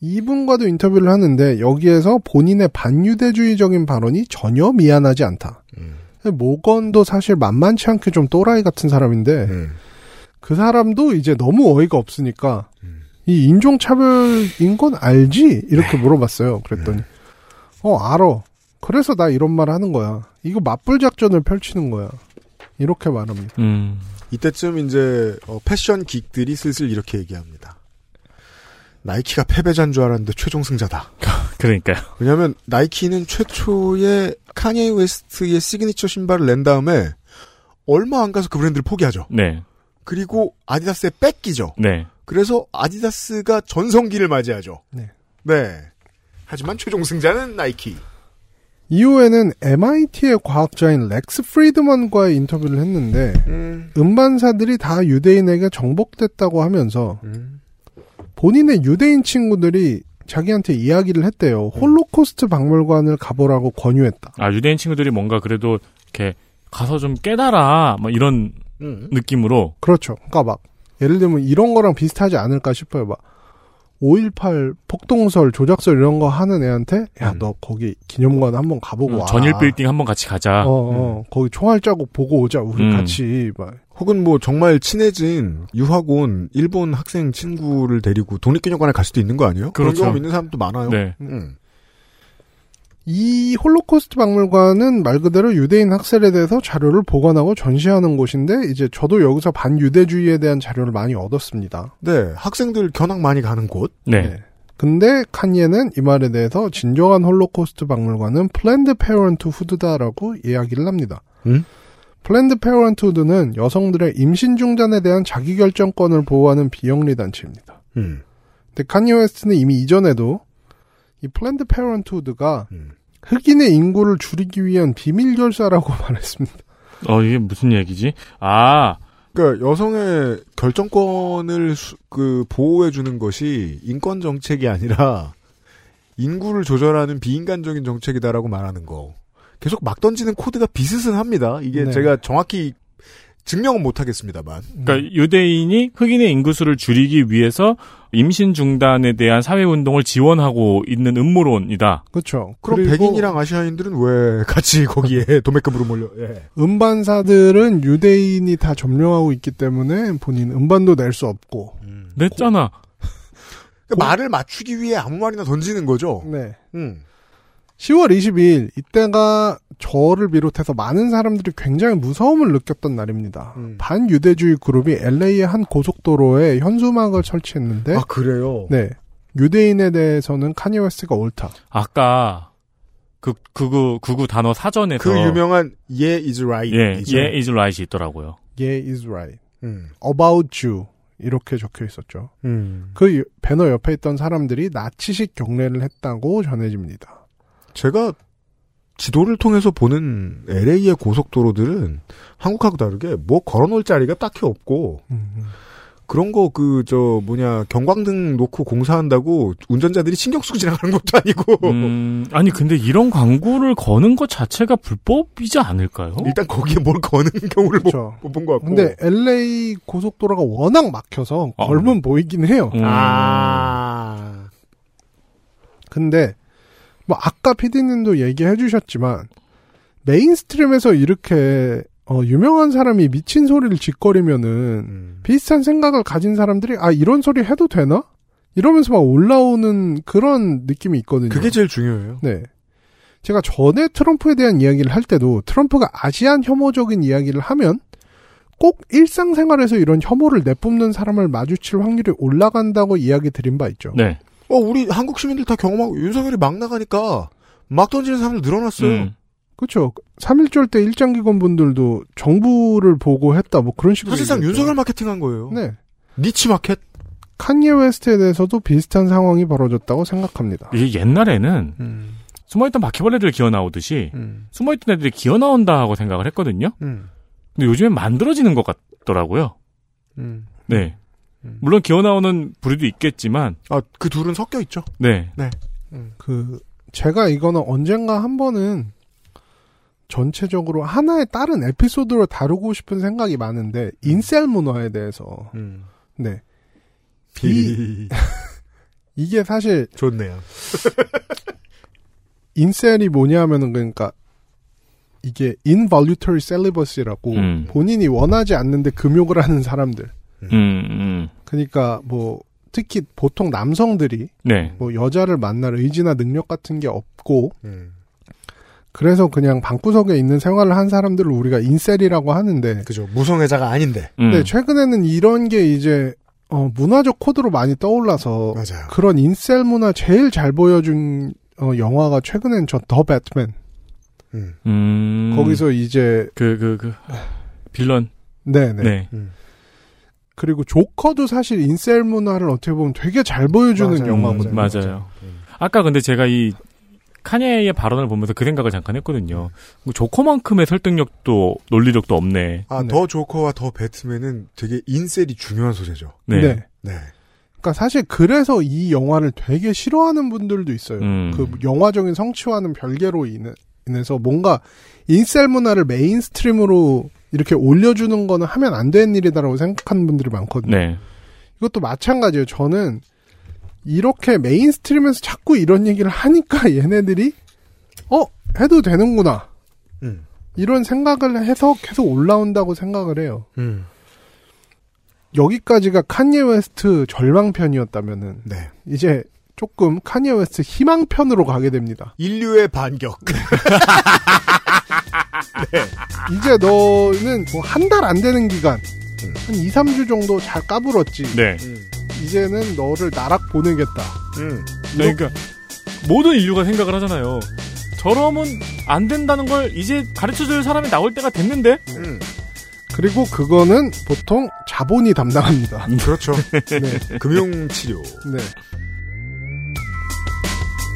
Speaker 8: 이분과도 인터뷰를 하는데 여기에서 본인의 반유대주의적인 발언이 전혀 미안하지 않다.
Speaker 2: 음.
Speaker 8: 모건도 사실 만만치 않게 네. 좀 또라이 같은 사람인데
Speaker 2: 음.
Speaker 8: 그 사람도 이제 너무 어이가 없으니까 이 인종차별인 건 알지? 이렇게 물어봤어요. 그랬더니, 어, 알어. 그래서 나 이런 말 하는 거야. 이거 맞불 작전을 펼치는 거야. 이렇게 말합니다.
Speaker 3: 음.
Speaker 2: 이때쯤 이제 어, 패션 긱들이 슬슬 이렇게 얘기합니다. 나이키가 패배자인 줄 알았는데 최종 승자다.
Speaker 3: 그러니까요.
Speaker 2: 왜냐하면 나이키는 최초의 카니에 웨스트의 시그니처 신발을 낸 다음에 얼마 안 가서 그 브랜드를 포기하죠.
Speaker 3: 네.
Speaker 2: 그리고 아디다스에 뺏기죠.
Speaker 3: 네.
Speaker 2: 그래서 아디다스가 전성기를 맞이하죠.
Speaker 8: 네.
Speaker 2: 네. 하지만 최종 승자는 나이키.
Speaker 8: 이후에는 MIT의 과학자인 렉스 프리드먼과의 인터뷰를 했는데,
Speaker 2: 음.
Speaker 8: 음반사들이 다 유대인에게 정복됐다고 하면서 본인의 유대인 친구들이 자기한테 이야기를 했대요. 홀로코스트 박물관을 가보라고 권유했다.
Speaker 3: 아, 유대인 친구들이 뭔가 그래도 이렇게 가서 좀 깨달아. 뭐 이런
Speaker 2: 음.
Speaker 3: 느낌으로.
Speaker 8: 그렇죠. 그러니까 막 예를 들면 이런 거랑 비슷하지 않을까 싶어요. 막 5.18 폭동설, 조작설 이런 거 하는 애한테 야
Speaker 2: 음.
Speaker 8: 너 거기 기념관 한번 가보고 와.
Speaker 3: 음, 전일 빌딩 한번 같이 가자.
Speaker 8: 어, 어. 거기 총알 자국 보고 오자. 우리
Speaker 3: 음.
Speaker 8: 같이 막
Speaker 2: 혹은 뭐 정말 친해진 유학 온 일본 학생 친구를 데리고 독립기념관에 갈 수도 있는 거 아니에요? 그런
Speaker 3: 그렇죠.
Speaker 2: 경험 있는 사람도 많아요.
Speaker 3: 네.
Speaker 2: 음.
Speaker 8: 이 홀로코스트 박물관은 말 그대로 유대인 학살에 대해서 자료를 보관하고 전시하는 곳인데 이제 저도 여기서 반유대주의에 대한 자료를 많이 얻었습니다.
Speaker 2: 네, 학생들 견학 많이 가는 곳.
Speaker 3: 네.
Speaker 8: 네. 근데 칸예는 이 말에 대해서 진정한 홀로코스트 박물관은 플랜드 페어런트 후드다라고 이야기를 합니다.
Speaker 2: 음?
Speaker 8: 플랜드 페어런트 후드는 여성들의 임신 중단에 대한 자기결정권을 보호하는 비영리 단체입니다.
Speaker 2: 음.
Speaker 8: 근데 카니 웨스트는 이미 이전에도 이 플랜드 페어런트우드가
Speaker 2: 음.
Speaker 8: 흑인의 인구를 줄이기 위한 비밀 결사라고 말했습니다.
Speaker 3: 어, 이게 무슨 얘기지? 아,
Speaker 2: 그러니까 여성의 결정권을 수- 그 보호해 주는 것이 인권 정책이 아니라 인구를 조절하는 비인간적인 정책이다라고 말하는 거. 계속 막 던지는 코드가 비슷은합니다. 이게
Speaker 8: 네.
Speaker 2: 제가 정확히 증명은 못하겠습니다만.
Speaker 8: 음.
Speaker 3: 그러니까 유대인이 흑인의 인구수를 줄이기 위해서 임신 중단에 대한 사회 운동을 지원하고 있는 음모론이다.
Speaker 8: 그렇죠.
Speaker 2: 그럼 백인이랑 아시아인들은 왜 같이 거기에 도매금으로 몰려? 예.
Speaker 8: 음반사들은 유대인이 다 점령하고 있기 때문에 본인 음반도 낼 수 없고. 어,
Speaker 3: 냈잖아.
Speaker 2: 그러니까 말을 맞추기 위해 아무 말이나 던지는 거죠.
Speaker 8: 네.
Speaker 2: 음.
Speaker 8: 10월 22일 이때가 저를 비롯해서 많은 사람들이 굉장히 무서움을 느꼈던 날입니다.
Speaker 2: 음.
Speaker 8: 반유대주의 그룹이 LA의 한 고속도로에 현수막을 설치했는데
Speaker 2: 아 그래요.
Speaker 8: 네. 유대인에 대해서는 카니 웨스트가 옳다.
Speaker 3: 아까 그 그구 그구 단어 사전에서
Speaker 2: 그 유명한 예 is right.
Speaker 3: 예,
Speaker 2: 이죠.
Speaker 3: 예 is right이 있더라고요.
Speaker 8: Yeah is right.
Speaker 2: 음.
Speaker 8: About you. 이렇게 적혀 있었죠.
Speaker 2: 음.
Speaker 8: 그 유- 배너 옆에 있던 사람들이 나치식 경례를 했다고 전해집니다.
Speaker 2: 제가 지도를 통해서 보는 LA의 고속도로들은 한국하고 다르게 뭐 걸어놓을 자리가 딱히 없고 그런 거 그 저 뭐냐 경광등 놓고 공사한다고 운전자들이 신경 쓰고 지나가는 것도
Speaker 8: 어.
Speaker 2: 아니고
Speaker 3: 음, 아니 근데 이런 광고를 거는 것 자체가 불법이지 않을까요?
Speaker 8: 네.
Speaker 2: 일단 거기에 뭘 거는 경우를
Speaker 8: 그렇죠.
Speaker 2: 못본 것 같고
Speaker 8: 근데
Speaker 2: 뭐.
Speaker 8: LA 고속도로가 워낙 막혀서
Speaker 3: 아.
Speaker 8: 걸면 보이긴 해요.
Speaker 3: 음,
Speaker 2: 아
Speaker 8: 근데 뭐 아까 피디님도 얘기해 주셨지만 메인스트림에서 이렇게 어, 유명한 사람이 미친 소리를 짓거리면은
Speaker 2: 음.
Speaker 8: 비슷한 생각을 가진 사람들이 아 이런 소리 해도 되나? 이러면서 막 올라오는 그런 느낌이 있거든요.
Speaker 2: 그게 제일 중요해요.
Speaker 8: 네. 제가 전에 트럼프에 대한 이야기를 할 때도 트럼프가 아시안 혐오적인 이야기를 하면 꼭 일상생활에서 이런 혐오를 내뿜는 사람을 마주칠 확률이 올라간다고 이야기 드린 바 있죠.
Speaker 3: 네.
Speaker 2: 어 우리 한국 시민들 다 경험하고 윤석열이 막 나가니까 막 던지는 사람들 늘어났어요.
Speaker 3: 음.
Speaker 8: 그렇죠. 3.1절 때 일장기관 분들도 정부를 보고했다 뭐 그런 식으로
Speaker 2: 사실상
Speaker 8: 얘기했죠.
Speaker 2: 윤석열 마케팅한 거예요.
Speaker 8: 네.
Speaker 2: 니치 마켓.
Speaker 8: 칸예 웨스트에 대해서도 비슷한 상황이 벌어졌다고 생각합니다.
Speaker 3: 이게 옛날에는
Speaker 2: 음,
Speaker 3: 숨어있던 바퀴벌레들 기어 나오듯이
Speaker 8: 음.
Speaker 3: 숨어있던 애들이 기어 나온다고 생각을 했거든요.
Speaker 2: 음,
Speaker 3: 근데 요즘엔 만들어지는 것 같더라고요. 네.
Speaker 2: 음.
Speaker 3: 물론 기어 나오는 부류도 있겠지만,
Speaker 2: 아 그 둘은 섞여 있죠.
Speaker 3: 네.
Speaker 8: 그 제가 이거는 언젠가 한 번은 전체적으로 하나의 다른 에피소드로 다루고 싶은 생각이
Speaker 2: 음.
Speaker 8: 많은데 인셀 문화에 대해서 네 이- 이게 사실
Speaker 2: 좋네요.
Speaker 8: 인셀이 뭐냐면은 그러니까 이게 involuntary celibacy라고
Speaker 3: 음.
Speaker 8: 본인이 원하지 않는데 금욕을 하는 사람들
Speaker 3: 음, 음.
Speaker 8: 그러니까 뭐 특히 보통 남성들이
Speaker 3: 네.
Speaker 8: 뭐 여자를 만날 의지나 능력 같은 게 없고
Speaker 2: 음.
Speaker 8: 그래서 그냥 방구석에 있는 생활을 한 사람들을 우리가 인셀이라고 하는데
Speaker 2: 그죠. 무성애자가 아닌데.
Speaker 3: 음.
Speaker 8: 근데 최근에는 이런 게 이제 어, 문화적 코드로 많이 떠올라서
Speaker 2: 어, 맞아요.
Speaker 8: 그런 인셀 문화 제일 잘 보여준 어, 영화가 최근엔 저 더 배트맨
Speaker 2: 음.
Speaker 3: 음.
Speaker 8: 거기서 이제
Speaker 3: 그 그 그 빌런.
Speaker 8: 네네
Speaker 3: 네.
Speaker 8: 그리고 조커도 사실 인셀 문화를 어떻게 보면 되게 잘 보여주는
Speaker 2: 맞아요. 음.
Speaker 8: 영화거든요.
Speaker 3: 맞아요. 아까 근데 제가 이 카니에의 발언을 보면서 그 생각을 잠깐 했거든요. 뭐 조커만큼의 설득력도 논리력도 없네.
Speaker 2: 아,
Speaker 8: 네.
Speaker 2: 더 조커와 더 배트맨은 되게 인셀이 중요한 소재죠.
Speaker 3: 네.
Speaker 8: 네.
Speaker 2: 네.
Speaker 8: 그러니까 사실 그래서 이 영화를 되게 싫어하는 분들도 있어요.
Speaker 3: 음.
Speaker 8: 그 영화적인 성취와는 별개로 인해, 인해서 뭔가 인셀 문화를 메인스트림으로 이렇게 올려주는 거는 하면 안 되는 일이다라고 생각하는 분들이 많거든요.
Speaker 3: 네.
Speaker 8: 이것도 마찬가지예요. 저는 이렇게 메인스트림에서 자꾸 이런 얘기를 하니까 얘네들이 어 해도 되는구나
Speaker 2: 음.
Speaker 8: 이런 생각을 해서 계속 올라온다고 생각을 해요.
Speaker 2: 음.
Speaker 8: 여기까지가 칸예 웨스트 절망편이었다면은
Speaker 2: 네.
Speaker 8: 이제 조금 카니에 웨스트 희망편으로 가게 됩니다.
Speaker 2: 인류의 반격.
Speaker 8: 이제 너는 뭐 한 달 안 되는 기간
Speaker 2: 음.
Speaker 8: 한 2, 3주 정도 잘 까불었지.
Speaker 3: 네.
Speaker 8: 이제는 너를 나락 보내겠다.
Speaker 2: 음.
Speaker 3: 그러니까 모든 인류가 생각을 하잖아요. 저러면 안 된다는 걸 이제 가르쳐줄 사람이 나올 때가 됐는데
Speaker 2: 음.
Speaker 8: 그리고 그거는 보통 자본이 담당합니다.
Speaker 2: 그렇죠.
Speaker 8: 네.
Speaker 2: 금융치료.
Speaker 8: 네.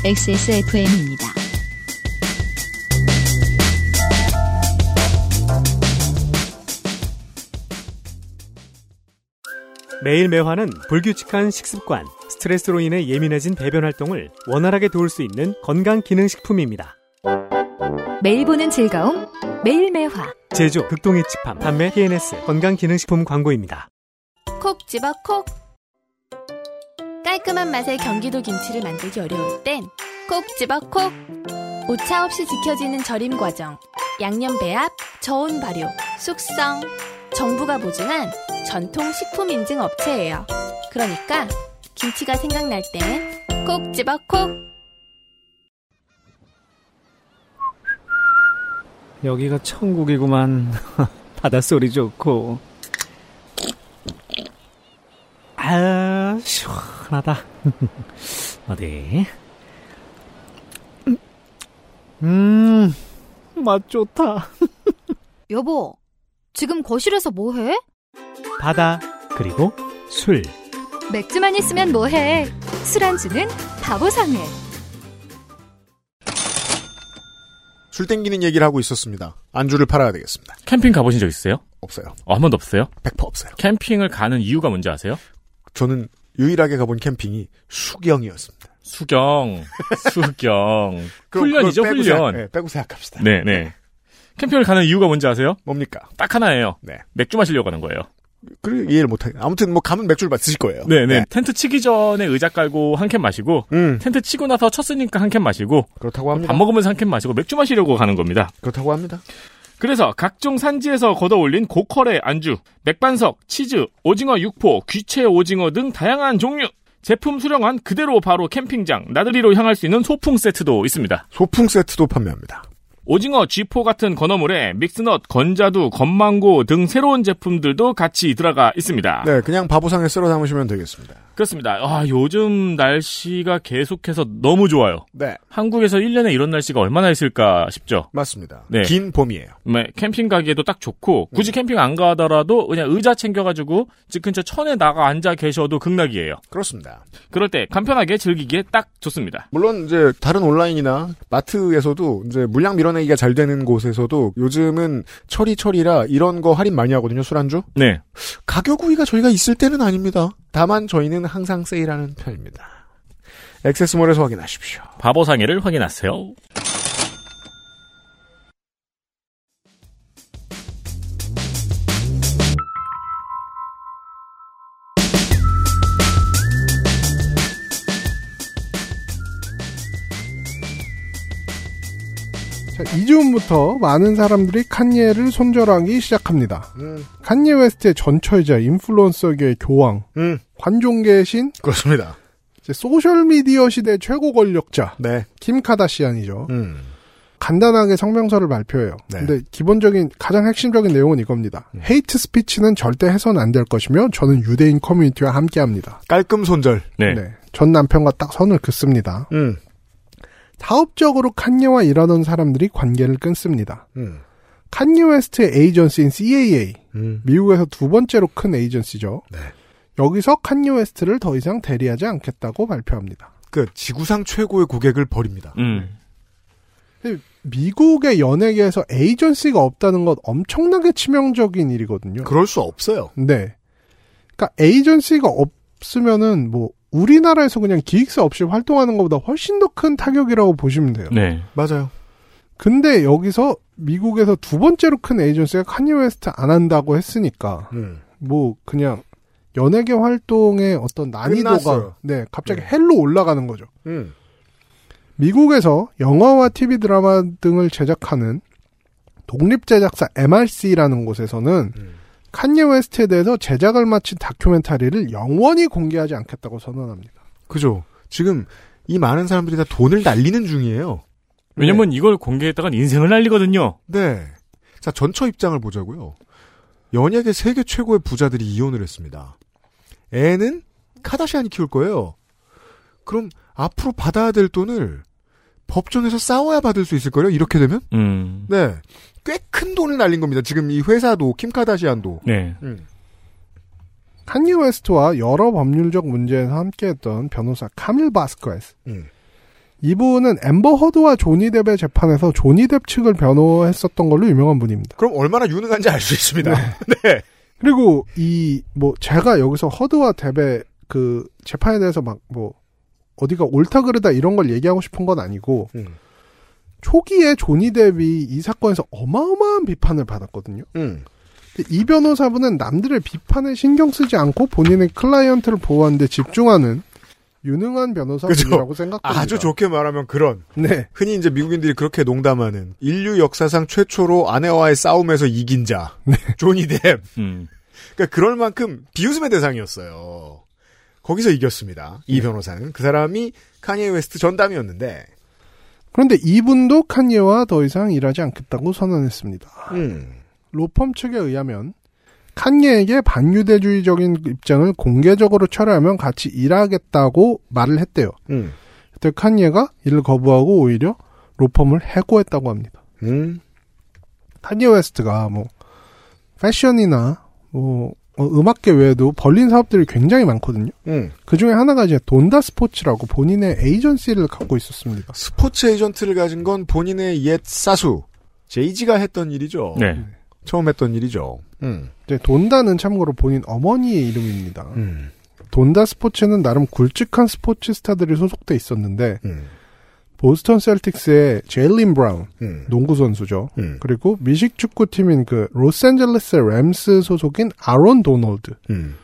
Speaker 1: XSFM입니다.
Speaker 4: 매일 매화는 불규칙한 식습관, 스트레스로 인해 예민해진 배변 활동을 원활하게 도울 수 있는 건강 기능 식품입니다.
Speaker 5: 매일 보는 즐거움 매일 매화
Speaker 4: 제조 극동의 집합 판매 TNS 건강 기능 식품 광고입니다.
Speaker 9: 콕 집어 콕 깔끔한 맛의 경기도 김치를 만들기 어려울 땐 콕 집어 콕 오차 없이 지켜지는 절임 과정 양념 배합 저온 발효 숙성 정부가 보증한 전통 식품 인증 업체예요 그러니까 김치가 생각날 땐 콕 집어 콕
Speaker 4: 여기가 천국이구만. 바닷소리 좋고. 아, 시원하다. 어디? 음, 맛 좋다.
Speaker 5: 여보 지금 거실에서 뭐해?
Speaker 4: 바다, 그리고 술.
Speaker 5: 맥주만 있으면 뭐해 술안주는 바보상회
Speaker 2: 술 땡기는 얘기를 하고 있었습니다. 안주를 팔아야 되겠습니다.
Speaker 3: 캠핑 가보신 적 있으세요?
Speaker 2: 없어요.
Speaker 3: 어, 한 번도 없어요?
Speaker 2: 100% 없어요.
Speaker 3: 캠핑을 가는 이유가 뭔지 아세요?
Speaker 2: 저는 유일하게 가본 캠핑이 수경이었습니다.
Speaker 3: 수경, 수경,
Speaker 2: 그럼
Speaker 3: 훈련이죠
Speaker 2: 그걸 빼고
Speaker 3: 훈련.
Speaker 2: 생각- 네, 빼고 생각합시다.
Speaker 3: 네, 네. 캠핑을 가는 이유가 뭔지 아세요?
Speaker 2: 뭡니까?
Speaker 3: 딱 하나예요.
Speaker 2: 네.
Speaker 3: 맥주 마시려고 가는 거예요.
Speaker 2: 그리고 이해를 못하겠 아무튼 뭐 가면 맥주를 마실 거예요.
Speaker 3: 네, 네. 텐트 치기 전에 의자 깔고 한 캔 마시고
Speaker 2: 음,
Speaker 3: 텐트 치고 나서 쳤으니까 한 캔 마시고
Speaker 2: 그렇다고
Speaker 3: 밥
Speaker 2: 합니다.
Speaker 3: 먹으면서 한 캔 마시고 맥주 마시려고 가는 겁니다.
Speaker 2: 그렇다고 합니다.
Speaker 3: 그래서 각종 산지에서 걷어올린 고퀄의 안주, 맥반석, 치즈, 오징어 육포, 귀채 오징어 등 다양한 종류. 제품 수령한 그대로 바로 캠핑장, 나들이로 향할 수 있는 소풍 세트도 있습니다.
Speaker 2: 소풍 세트도 판매합니다.
Speaker 3: 오징어, 쥐포 같은 건어물에 믹스넛, 건자두, 건망고 등 새로운 제품들도 같이 들어가 있습니다.
Speaker 2: 네, 그냥 바보상에 쓸어 담으시면 되겠습니다.
Speaker 3: 그렇습니다. 아, 요즘 날씨가 계속해서 너무 좋아요.
Speaker 2: 네,
Speaker 3: 한국에서 1년에 이런 날씨가 얼마나 있을까 싶죠.
Speaker 2: 맞습니다.
Speaker 3: 네.
Speaker 2: 긴 봄이에요.
Speaker 3: 네, 캠핑 가기에도 딱 좋고 굳이 캠핑 안 가더라도 그냥 의자 챙겨가지고 집 근처 천에 나가 앉아 계셔도 극락이에요.
Speaker 2: 그렇습니다.
Speaker 3: 그럴 때 간편하게 즐기기에 딱 좋습니다.
Speaker 2: 물론 이제 다른 온라인이나 마트에서도 이제 물량 밀어내기가 잘 되는 곳에서도 요즘은 철이 철이라 이런 거 할인 많이 하거든요. 술안주
Speaker 3: 네,
Speaker 2: 가격 우위가 저희가 있을 때는 아닙니다. 다만 저희는 항상 세일하는 편입니다. 액세스몰에서 확인하십시오.
Speaker 3: 바보 상해를 확인하세요.
Speaker 8: 자, 이즈음부터 많은 사람들이 칸예를 손절하기 시작합니다.
Speaker 2: 음,
Speaker 8: 칸예 웨스트의 전처이자 인플루언서계의 교황,
Speaker 2: 음,
Speaker 8: 관종계의 신,
Speaker 2: 그렇습니다.
Speaker 8: 이제 소셜미디어 시대 최고 권력자,
Speaker 2: 네.
Speaker 8: 김 카다시안이죠.
Speaker 2: 음.
Speaker 8: 간단하게 성명서를 발표해요.
Speaker 2: 네. 음.
Speaker 8: 근데 기본적인 가장 핵심적인 내용은 이겁니다. 헤이트 스피치는 절대 해선 안 될 것이며 저는 유대인 커뮤니티와 함께합니다.
Speaker 2: 깔끔 손절.
Speaker 3: 네.
Speaker 8: 전 남편과 딱 선을 긋습니다.
Speaker 2: 음,
Speaker 8: 사업적으로 칸예와 일하던 사람들이 관계를 끊습니다.
Speaker 2: 음,
Speaker 8: 칸예 웨스트의 에이전시인 CAA,
Speaker 2: 음.
Speaker 8: 미국에서 두 번째로 큰 에이전시죠.
Speaker 2: 네.
Speaker 8: 여기서 칸예 웨스트를 더 이상 대리하지 않겠다고 발표합니다.
Speaker 2: 그 지구상 최고의 고객을 버립니다.
Speaker 3: 음.
Speaker 8: 미국의 연예계에서 에이전시가 없다는 건 엄청나게 치명적인 일이거든요.
Speaker 2: 그럴 수 없어요.
Speaker 8: 네. 그러니까 에이전시가 없으면은 뭐 우리나라에서 그냥 기획사 없이 활동하는 것보다 훨씬 더 큰 타격이라고 보시면 돼요.
Speaker 3: 네.
Speaker 2: 맞아요.
Speaker 8: 근데 여기서 미국에서 두 번째로 큰 에이전시가 카니 웨스트 안 한다고 했으니까
Speaker 2: 음.
Speaker 8: 뭐 그냥 연예계 활동의 어떤 난이도가
Speaker 2: 끝났어요.
Speaker 8: 네 갑자기 헬로 올라가는 거죠.
Speaker 2: 음.
Speaker 8: 미국에서 영화와 TV 드라마 등을 제작하는 독립 제작사 MRC라는 곳에서는
Speaker 2: 음.
Speaker 8: 칸예 웨스트에 대해서 제작을 마친 다큐멘터리를 영원히 공개하지 않겠다고 선언합니다.
Speaker 2: 그죠. 지금 이 많은 사람들이 다 돈을 날리는 중이에요.
Speaker 3: 왜냐면 이걸 공개했다간 인생을 날리거든요.
Speaker 2: 네. 자, 전처 입장을 보자고요. 연예계 세계 최고의 부자들이 이혼을 했습니다. 애는 카다시안이 키울 거예요. 그럼 앞으로 받아야 될 돈을 법정에서 싸워야 받을 수 있을 거예요. 이렇게 되면?
Speaker 3: 음.
Speaker 2: 네. 꽤 큰 돈을 날린 겁니다. 지금 이 회사도 김 카다시안도.
Speaker 3: 네.
Speaker 2: 음.
Speaker 8: 칸예 웨스트와 여러 법률적 문제에서 함께했던 변호사 카밀 바스커스.
Speaker 2: 음.
Speaker 8: 이분은 엠버 허드와 조니 뎁의 재판에서 조니 뎁 측을 변호했었던 걸로 유명한 분입니다.
Speaker 2: 그럼 얼마나 유능한지 알 수 있습니다.
Speaker 8: 그리고 이 뭐 제가 여기서 허드와 뎁의 그 재판에 대해서 막 뭐 어디가 옳다 그르다 이런 걸 얘기하고 싶은 건 아니고
Speaker 2: 음.
Speaker 8: 초기에 조니 뎁이 이 사건에서 어마어마한 비판을 받았거든요.
Speaker 2: 음.
Speaker 8: 근데 그 이 변호사분은 남들의 비판에 신경 쓰지 않고 본인의 클라이언트를 보호하는데 집중하는 유능한 변호사분이라고 생각합니다.
Speaker 2: 아주 좋게 말하면 그런.
Speaker 8: 네.
Speaker 2: 흔히 이제 미국인들이 그렇게 농담하는 인류 역사상 최초로 아내와의 싸움에서 이긴 자. 조니 뎁.
Speaker 3: 음.
Speaker 2: 그러니까 그럴 만큼 비웃음의 대상이었어요. 거기서 이겼습니다. 이 변호사는 그 사람이 카니에 웨스트 전담이었는데.
Speaker 8: 그런데 이분도 칸예와 더 이상 일하지 않겠다고 선언했습니다.
Speaker 2: 음.
Speaker 8: 로펌 측에 의하면 칸예에게 반유대주의적인 입장을 공개적으로 철회하면 같이 일하겠다고 말을 했대요.
Speaker 2: 음.
Speaker 8: 그때 칸예가 이를 거부하고 오히려 로펌을 해고했다고 합니다.
Speaker 2: 음.
Speaker 8: 칸예 웨스트가 뭐 패션이나 뭐 어, 음악계 외에도 벌린 사업들이 굉장히 많거든요.
Speaker 2: 음.
Speaker 8: 그 중에 하나가 이제 돈다 스포츠라고 본인의 에이전시를 갖고 있었습니다.
Speaker 2: 스포츠 에이전트를 가진 건 본인의 옛 사수 제이지가 했던 일이죠.
Speaker 3: 네.
Speaker 2: 처음 했던 일이죠. 음.
Speaker 8: 이제 돈다는 참고로 본인 어머니의 이름입니다.
Speaker 2: 음.
Speaker 8: 돈다 스포츠는 나름 굵직한 스포츠 스타들이 소속돼 있었는데
Speaker 2: 음.
Speaker 8: 보스턴 셀틱스의 제일린 브라운
Speaker 2: 음.
Speaker 8: 농구 선수죠.
Speaker 2: 음.
Speaker 8: 그리고 미식 축구 팀인 그 로스앤젤레스 램스 소속인 아론 도널드
Speaker 2: 음.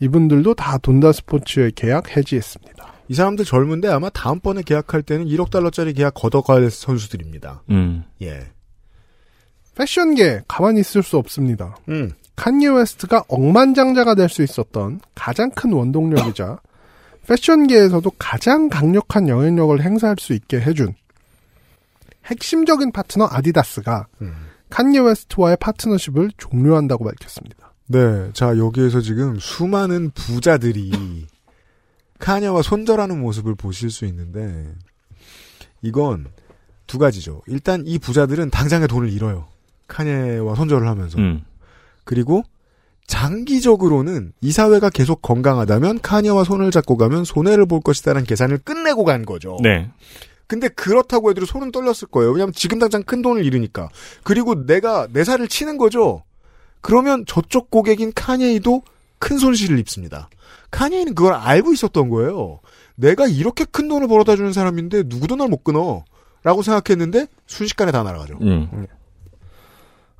Speaker 8: 이분들도 다 돈다 스포츠에 계약 해지했습니다.
Speaker 2: 이 사람들 젊은데 아마 다음번에 계약할 때는 1억 달러짜리 계약 걷어갈 선수들입니다.
Speaker 3: 음.
Speaker 2: 예.
Speaker 8: 패션계 가만히 있을 수 없습니다.
Speaker 2: 음.
Speaker 8: 칸예 웨스트가 억만장자가 될 수 있었던 가장 큰 원동력이자 패션계에서도 가장 강력한 영향력을 행사할 수 있게 해준 핵심적인 파트너 아디다스가 칸예 웨스트와의 파트너십을 종료한다고 밝혔습니다.
Speaker 2: 네, 자 여기에서 지금 수많은 부자들이 카냐와 손절하는 모습을 보실 수 있는데 이건 두 가지죠. 일단 이 부자들은 당장에 돈을 잃어요. 카냐와 손절을 하면서
Speaker 3: 음.
Speaker 2: 그리고 장기적으로는 이 사회가 계속 건강하다면 카냐와 손을 잡고 가면 손해를 볼 것이다라는 계산을 끝내고 간 거죠.
Speaker 3: 네.
Speaker 2: 근데 그렇다고 해도 손은 떨렸을 거예요. 왜냐하면 지금 당장 큰 돈을 잃으니까. 그리고 내가 내 살을 치는 거죠. 그러면 저쪽 고객인 카니에이도 큰 손실을 입습니다. 카니에이는 그걸 알고 있었던 거예요. 내가 이렇게 큰 돈을 벌어다 주는 사람인데 누구도 날 못 끊어. 라고 생각했는데 순식간에 다 날아가죠.
Speaker 3: 음.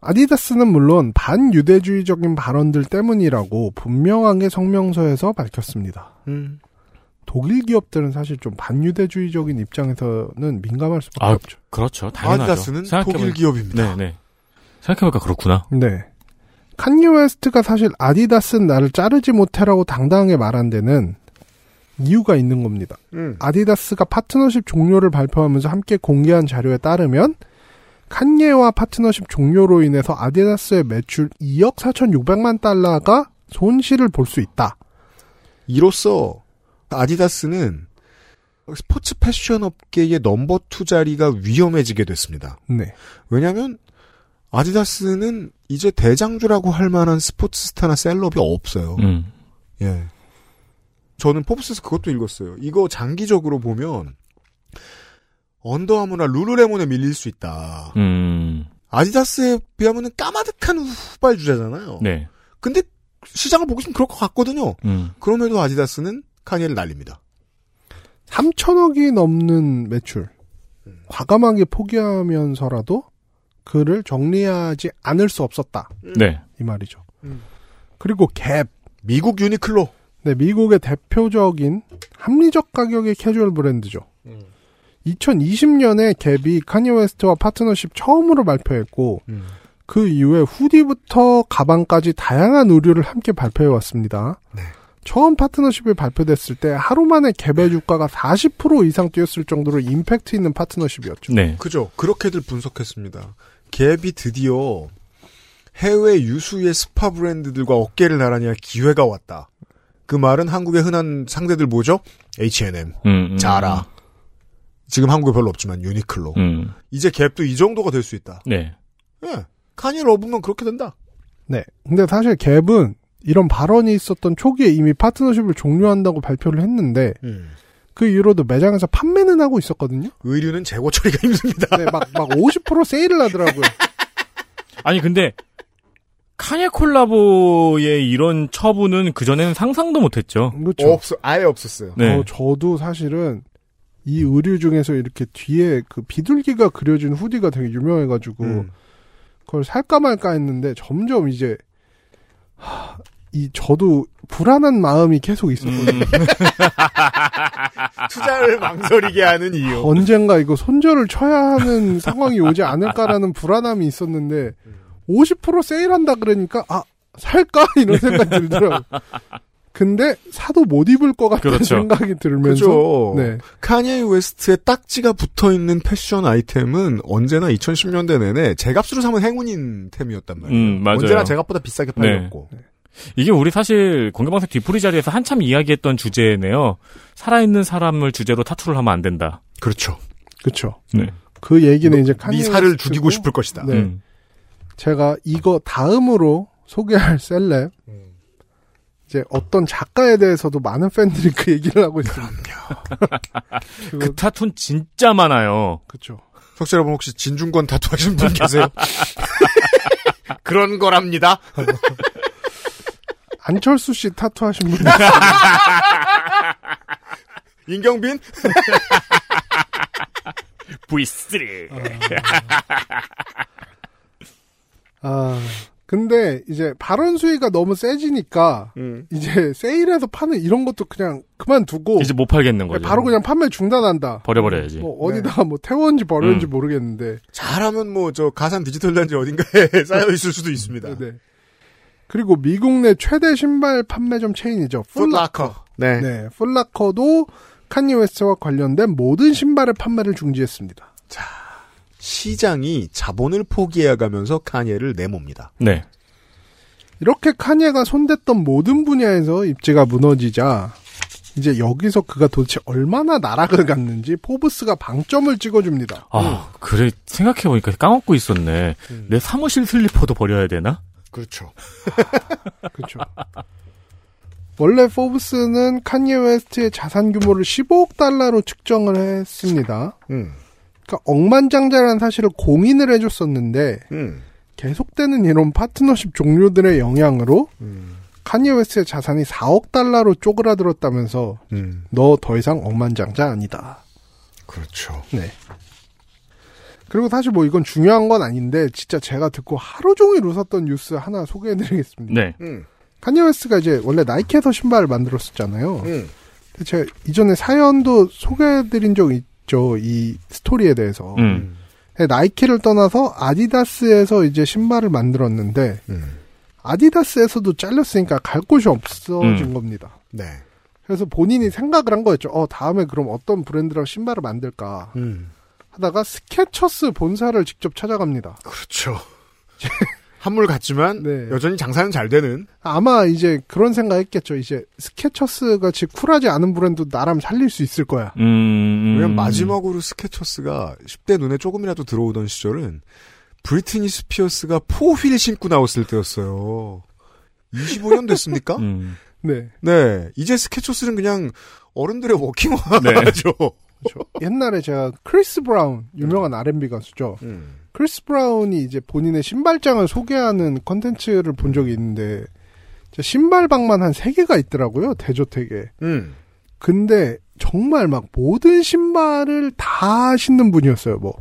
Speaker 8: 아디다스는 물론 반유대주의적인 발언들 때문이라고 분명하게 성명서에서 밝혔습니다.
Speaker 2: 음.
Speaker 8: 독일 기업들은 사실 좀 반유대주의적인 입장에서는 민감할 수밖에
Speaker 3: 아,
Speaker 8: 없죠.
Speaker 3: 그렇죠.
Speaker 2: 아디다스는 독일 기업입니다.
Speaker 3: 네, 네. 생각해보니까 그렇구나.
Speaker 8: 네. 칸예 웨스트가 사실 아디다스는 나를 자르지 못해라고 당당하게 말한 데는 이유가 있는 겁니다.
Speaker 2: 음.
Speaker 8: 아디다스가 파트너십 종료를 발표하면서 함께 공개한 자료에 따르면 칸예와 파트너십 종료로 인해서 아디다스의 매출 2억 4,600만 달러가 손실을 볼 수 있다.
Speaker 2: 이로써 아디다스는 스포츠 패션 업계의 넘버 투 자리가 위험해지게 됐습니다.
Speaker 8: 네.
Speaker 2: 왜냐하면 아디다스는 이제 대장주라고 할 만한 스포츠 스타나 셀럽이 없어요.
Speaker 3: 음.
Speaker 2: 예. 저는 포브스에서 그것도 읽었어요. 이거 장기적으로 보면 언더아머나 룰루레몬에 밀릴 수 있다.
Speaker 3: 음.
Speaker 2: 아디다스에 비하면 까마득한 후발주자잖아요.
Speaker 3: 네.
Speaker 2: 근데 시장을 보고 있으면 그럴 것 같거든요.
Speaker 3: 음.
Speaker 2: 그럼에도 아디다스는 카니엘을 날립니다.
Speaker 8: 3천억이 넘는 매출. 과감하게 포기하면서라도 그를 정리하지 않을 수 없었다.
Speaker 3: 네.
Speaker 8: 이 말이죠. 그리고 갭.
Speaker 2: 미국 유니클로
Speaker 8: 네, 미국의 대표적인 합리적 가격의 캐주얼 브랜드죠. 2020년에 갭이 카니 웨스트와 파트너십 처음으로 발표했고
Speaker 2: 음.
Speaker 8: 그 이후에 후디부터 가방까지 다양한 의류를 함께 발표해 왔습니다. 처음 파트너십이 발표됐을 때 하루 만에 갭의 주가가 40% 이상 뛰었을 정도로 임팩트 있는 파트너십이었죠.
Speaker 3: 네.
Speaker 2: 그죠. 그렇게들 분석했습니다. 갭이 드디어 해외 유수의 스파 브랜드들과 어깨를 나란히 할 기회가 왔다. 그 말은 한국의 흔한 상대들 뭐죠? H&M,
Speaker 3: 음. 음.
Speaker 2: 자라. 지금 한국에 별로 없지만 유니클로.
Speaker 3: 음.
Speaker 2: 이제 갭도 이 정도가 될 수 있다.
Speaker 3: 네.
Speaker 2: 예. 카니엘 업으면 그렇게 된다.
Speaker 8: 네. 근데 사실 갭은 이런 발언이 있었던 초기에 이미 파트너십을 종료한다고 발표를 했는데 그 이후로도 매장에서 판매는 하고 있었거든요.
Speaker 2: 의류는 재고 처리가 힘듭니다.
Speaker 8: 네, 막, 막 50% 세일을 하더라고요.
Speaker 3: 아니 근데 카예 콜라보의 이런 처분은 그 전에는 상상도 못했죠.
Speaker 8: 그렇죠.
Speaker 2: 없어, 아예 없었어요.
Speaker 3: 네.
Speaker 8: 어, 저도 사실은 이 의류 중에서 이렇게 뒤에 그 비둘기가 그려진 후디가 되게 유명해가지고
Speaker 2: 음.
Speaker 8: 그걸 살까 말까 했는데 점점 이제 하, 이 저도 불안한 마음이 계속 있었거든요.
Speaker 3: 아,
Speaker 2: 투자를 망설이게 하는 이유.
Speaker 8: 언젠가 이거 손절을 쳐야 하는 상황이 오지 않을까라는 불안함이 있었는데 50% 세일한다 그러니까 아 살까 이런 생각이 들더라고. 요 근데 사도 못 입을 것 같다는
Speaker 3: 그렇죠.
Speaker 8: 생각이 들면서
Speaker 2: 그죠.
Speaker 8: 네.
Speaker 2: 카니에 웨스트의 딱지가 붙어 있는 패션 아이템은 언제나 2010년대 내내 제 값으로 사면 행운인 템이었단 말이에요.
Speaker 3: 음, 맞아요.
Speaker 2: 언제나 제 값보다 비싸게 팔렸고.
Speaker 3: 이게 우리 사실 공개방송 뒤풀이 자리에서 한참 이야기했던 주제네요. 살아있는 사람을 주제로 타투를 하면 안 된다.
Speaker 2: 그렇죠.
Speaker 8: 그렇죠.
Speaker 3: 네.
Speaker 8: 그 얘기는 이제 카니
Speaker 2: 네 살을
Speaker 8: 웨스트고
Speaker 2: 죽이고 싶을 것이다.
Speaker 8: 네.
Speaker 3: 음.
Speaker 8: 제가 이거 다음으로 소개할 셀렙 이제 어떤 작가에 대해서도 많은 팬들이 그 얘기를 하고 있습니다.
Speaker 3: 그
Speaker 8: 그거,
Speaker 3: 타투는 진짜 많아요.
Speaker 8: 그쵸.
Speaker 2: 석재 여러분 혹시 진중권 타투하신 분 계세요? 그런 거랍니다.
Speaker 8: 안철수 씨 타투 하신 분
Speaker 2: 인경빈?
Speaker 3: V3.
Speaker 8: 아, 근데 이제 발언 수위가 너무 세지니까 이제 세일해서 파는 이런 것도 그냥 그만두고
Speaker 3: 이제 못 팔겠는 거죠.
Speaker 8: 네, 바로 그냥 판매 중단한다.
Speaker 3: 버려버려야지.
Speaker 8: 뭐 어디다가 뭐 태웠는지 버렸는지 모르겠는데
Speaker 2: 잘하면 뭐 저 가산 디지털 단지 어딘가에 쌓여 있을 수도 있습니다.
Speaker 8: 네. 그리고 미국 내 최대 신발 판매점 체인이죠.
Speaker 2: 풋라커. 네.
Speaker 8: 네, 플라커도 칸니 웨스트와 관련된 모든 신발의 판매를 중지했습니다.
Speaker 2: 시장이 자본을 포기해가면서 카니에를 내몹니다.
Speaker 3: 네.
Speaker 8: 이렇게 칸예가 손댔던 모든 분야에서 입지가 무너지자 이제 여기서 그가 도대체 얼마나 나락을 갔는지 포브스가 방점을 찍어줍니다.
Speaker 3: 아, 그래, 생각해보니까 까먹고 있었네. 내 사무실 슬리퍼도 버려야 되나?
Speaker 2: 그렇죠.
Speaker 8: 그렇죠. 원래 포브스는 칸예 웨스트의 자산 규모를 15억 달러로 측정을 했습니다.
Speaker 2: 음.
Speaker 8: 그러니까 억만장자라는 사실을 공인을 해줬었는데
Speaker 2: 음.
Speaker 8: 계속되는 이런 파트너십 종료들의 영향으로
Speaker 2: 음.
Speaker 8: 카니에 웨스트의 자산이 4억 달러로 쪼그라들었다면서
Speaker 2: 음.
Speaker 8: 너 더 이상 억만장자 아니다.
Speaker 2: 그렇죠.
Speaker 8: 네. 그리고 사실 뭐 이건 중요한 건 아닌데 진짜 제가 듣고 하루 종일 웃었던 뉴스 하나 소개해드리겠습니다.
Speaker 3: 네.
Speaker 2: 음.
Speaker 8: 카니에 웨스트가 이제 원래 나이키에서 신발을 만들었었잖아요.
Speaker 2: 음.
Speaker 8: 근데 제가 이전에 사연도 소개해드린 적 있죠. 이 스토리에 대해서. 네,
Speaker 3: 음.
Speaker 8: 나이키를 떠나서 아디다스에서 이제 신발을 만들었는데
Speaker 2: 음.
Speaker 8: 아디다스에서도 잘렸으니까 갈 곳이 없어진 겁니다.
Speaker 2: 네.
Speaker 8: 그래서 본인이 생각을 한 거였죠. 어, 다음에 그럼 어떤 브랜드랑 신발을 만들까
Speaker 2: 음.
Speaker 8: 하다가 스케쳐스 본사를 직접 찾아갑니다.
Speaker 2: 그렇죠. 한물 같지만
Speaker 8: 네.
Speaker 2: 여전히 장사는 잘 되는.
Speaker 8: 아마 이제 그런 생각했겠죠. 이제 스케쳐스 같이 쿨하지 않은 브랜드 나름 살릴 수 있을 거야.
Speaker 3: 음.
Speaker 2: 왜냐면 마지막으로 스케쳐스가 10대 눈에 조금이라도 들어오던 시절은 브리트니 스피어스가 포휠 신고 나왔을 때였어요. 25년 됐습니까?
Speaker 3: 음.
Speaker 8: 네.
Speaker 2: 네. 이제 스케쳐스는 그냥 어른들의
Speaker 3: 네.
Speaker 2: 워킹화죠.
Speaker 8: 그렇죠. 옛날에 제가 크리스 브라운 유명한 R&B 가수죠.
Speaker 2: 음.
Speaker 8: 크리스 브라운이 이제 본인의 신발장을 소개하는 컨텐츠를 본 적이 있는데 진짜 신발방만 한 세개가 있더라고요. 대저택에.
Speaker 2: 음.
Speaker 8: 근데 정말 막 모든 신발을 다 신는 분이었어요. 뭐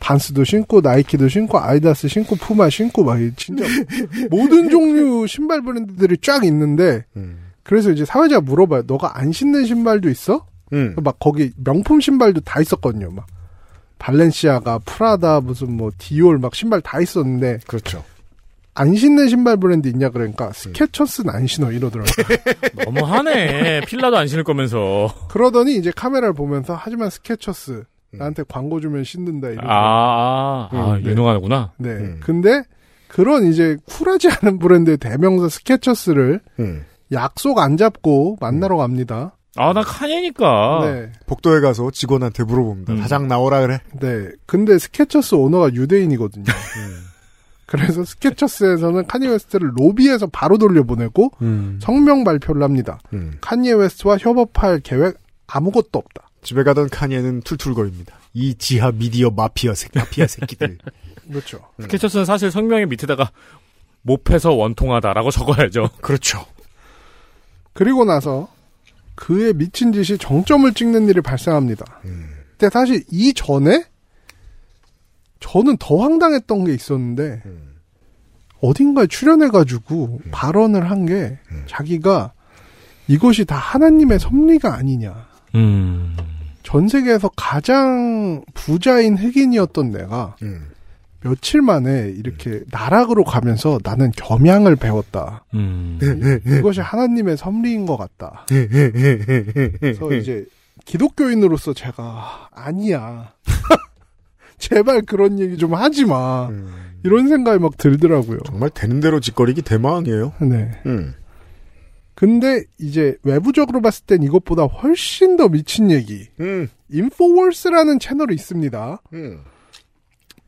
Speaker 8: 반스도 신고 나이키도 신고 아이다스 신고 푸마 신고 막 이 진짜 모든 종류 신발 브랜드들이 쫙 있는데
Speaker 2: 음.
Speaker 8: 그래서 이제 사회자가 물어봐요. 너가 안 신는 신발도 있어?
Speaker 2: 음.
Speaker 8: 막 거기 명품 신발도 다 있었거든요. 막 발렌시아가 프라다 무슨 뭐 디올 막 신발 다 있었는데
Speaker 2: 그렇죠.
Speaker 8: 안 신는 신발 브랜드 있냐 그러니까 스케쳐스는 안 신어 이러더라고요.
Speaker 3: 너무하네. 필라도 안 신을 거면서.
Speaker 8: 그러더니 이제 카메라를 보면서 하지만 스케쳐스 나한테
Speaker 2: 음.
Speaker 8: 광고 주면 신는다 이러고.
Speaker 3: 아, 아, 아,
Speaker 8: 음, 네.
Speaker 3: 유능하구나.
Speaker 8: 네.
Speaker 2: 음.
Speaker 8: 근데 그런 이제 쿨하지 않은 브랜드의 대명사 스케쳐스를
Speaker 2: 음.
Speaker 8: 약속 안 잡고 만나러 갑니다.
Speaker 3: 아, 나 칸이니까.
Speaker 8: 네.
Speaker 2: 복도에 가서 직원한테 물어봅니다.
Speaker 3: 음.
Speaker 2: 사장 나오라 그래.
Speaker 8: 네. 근데 스케쳐스 오너가 유대인이거든요.
Speaker 2: 음.
Speaker 8: 그래서 스케쳐스에서는 카니 웨스트를 로비에서 바로 돌려보내고 성명 발표를 합니다.
Speaker 2: 음.
Speaker 8: 카니 웨스트와 협업할 계획 아무것도 없다.
Speaker 2: 집에 가던 카니에는 툴툴거립니다. 이 지하 미디어 마피아 새, 마피아 새끼들.
Speaker 8: 그렇죠.
Speaker 3: 음. 스케쳐스는 사실 성명의 밑에다가 못 패서 원통하다라고 적어야죠.
Speaker 2: 그렇죠.
Speaker 8: 그리고 나서 그의 미친 짓이 정점을 찍는 일이 발생합니다. 근데 사실 이 전에 저는 더 황당했던 게 있었는데 어딘가에 출연해가지고 발언을 한 게 자기가 이것이 다 하나님의 섭리가 아니냐.
Speaker 3: 음.
Speaker 8: 전 세계에서 가장 부자인 흑인이었던 내가
Speaker 2: 음.
Speaker 8: 며칠 만에 이렇게 나락으로 가면서 나는 겸양을 배웠다. 네,
Speaker 3: 음.
Speaker 8: 이것이 하나님의 섭리인 것 같다. 네, 그래서 이제 기독교인으로서 제가 아니야. 제발 그런 얘기 좀 하지 마.
Speaker 2: 음.
Speaker 8: 이런 생각이 막 들더라고요.
Speaker 2: 정말 되는 대로 짓거리기 대망이에요.
Speaker 8: 네.
Speaker 2: 음.
Speaker 8: 근데 이제 외부적으로 봤을 땐 이것보다 훨씬 더 미친 얘기.
Speaker 2: 음.
Speaker 8: 인포월스라는 채널이 있습니다.
Speaker 2: 음.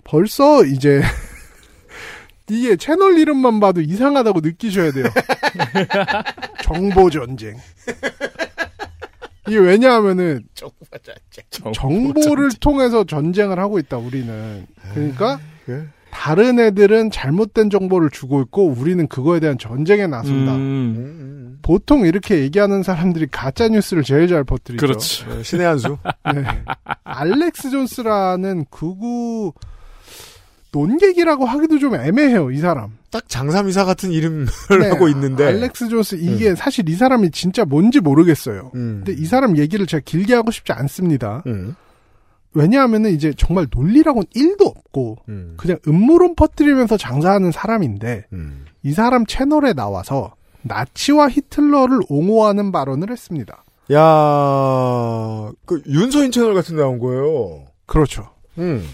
Speaker 8: 벌써 이제 이게 채널 이름만 봐도 이상하다고 느끼셔야 돼요. 정보 전쟁. 이게 왜냐하면은 정보를 통해서 전쟁을 하고 있다 우리는. 그러니까
Speaker 2: 그-
Speaker 8: 다른 애들은 잘못된 정보를 주고 있고 우리는 그거에 대한 전쟁에 나선다.
Speaker 3: 음.
Speaker 2: 음.
Speaker 8: 보통 이렇게 얘기하는 사람들이 가짜 뉴스를 제일 잘 퍼뜨리죠.
Speaker 3: 그렇지.
Speaker 2: 음. 신의 한 수.
Speaker 8: 네. 알렉스 존스라는 극우 논객이라고 하기도 좀 애매해요, 이 사람.
Speaker 2: 딱 장삼이사 같은 이름을
Speaker 8: 네,
Speaker 2: 하고 있는데.
Speaker 8: 알렉스 존스, 이게 사실 이 사람이 진짜 뭔지 모르겠어요.
Speaker 2: 음.
Speaker 8: 근데 이 사람 얘기를 제가 길게 하고 싶지 않습니다.
Speaker 2: 음.
Speaker 8: 왜냐하면은 이제 정말 논리라고는 1도 없고,
Speaker 2: 음.
Speaker 8: 그냥 음모론 퍼뜨리면서 장사하는 사람인데,
Speaker 2: 음.
Speaker 8: 이 사람 채널에 나와서 나치와 히틀러를 옹호하는 발언을 했습니다.
Speaker 2: 야, 그 윤서인 채널 같은 데 나온 거예요.
Speaker 8: 그렇죠.
Speaker 2: 음.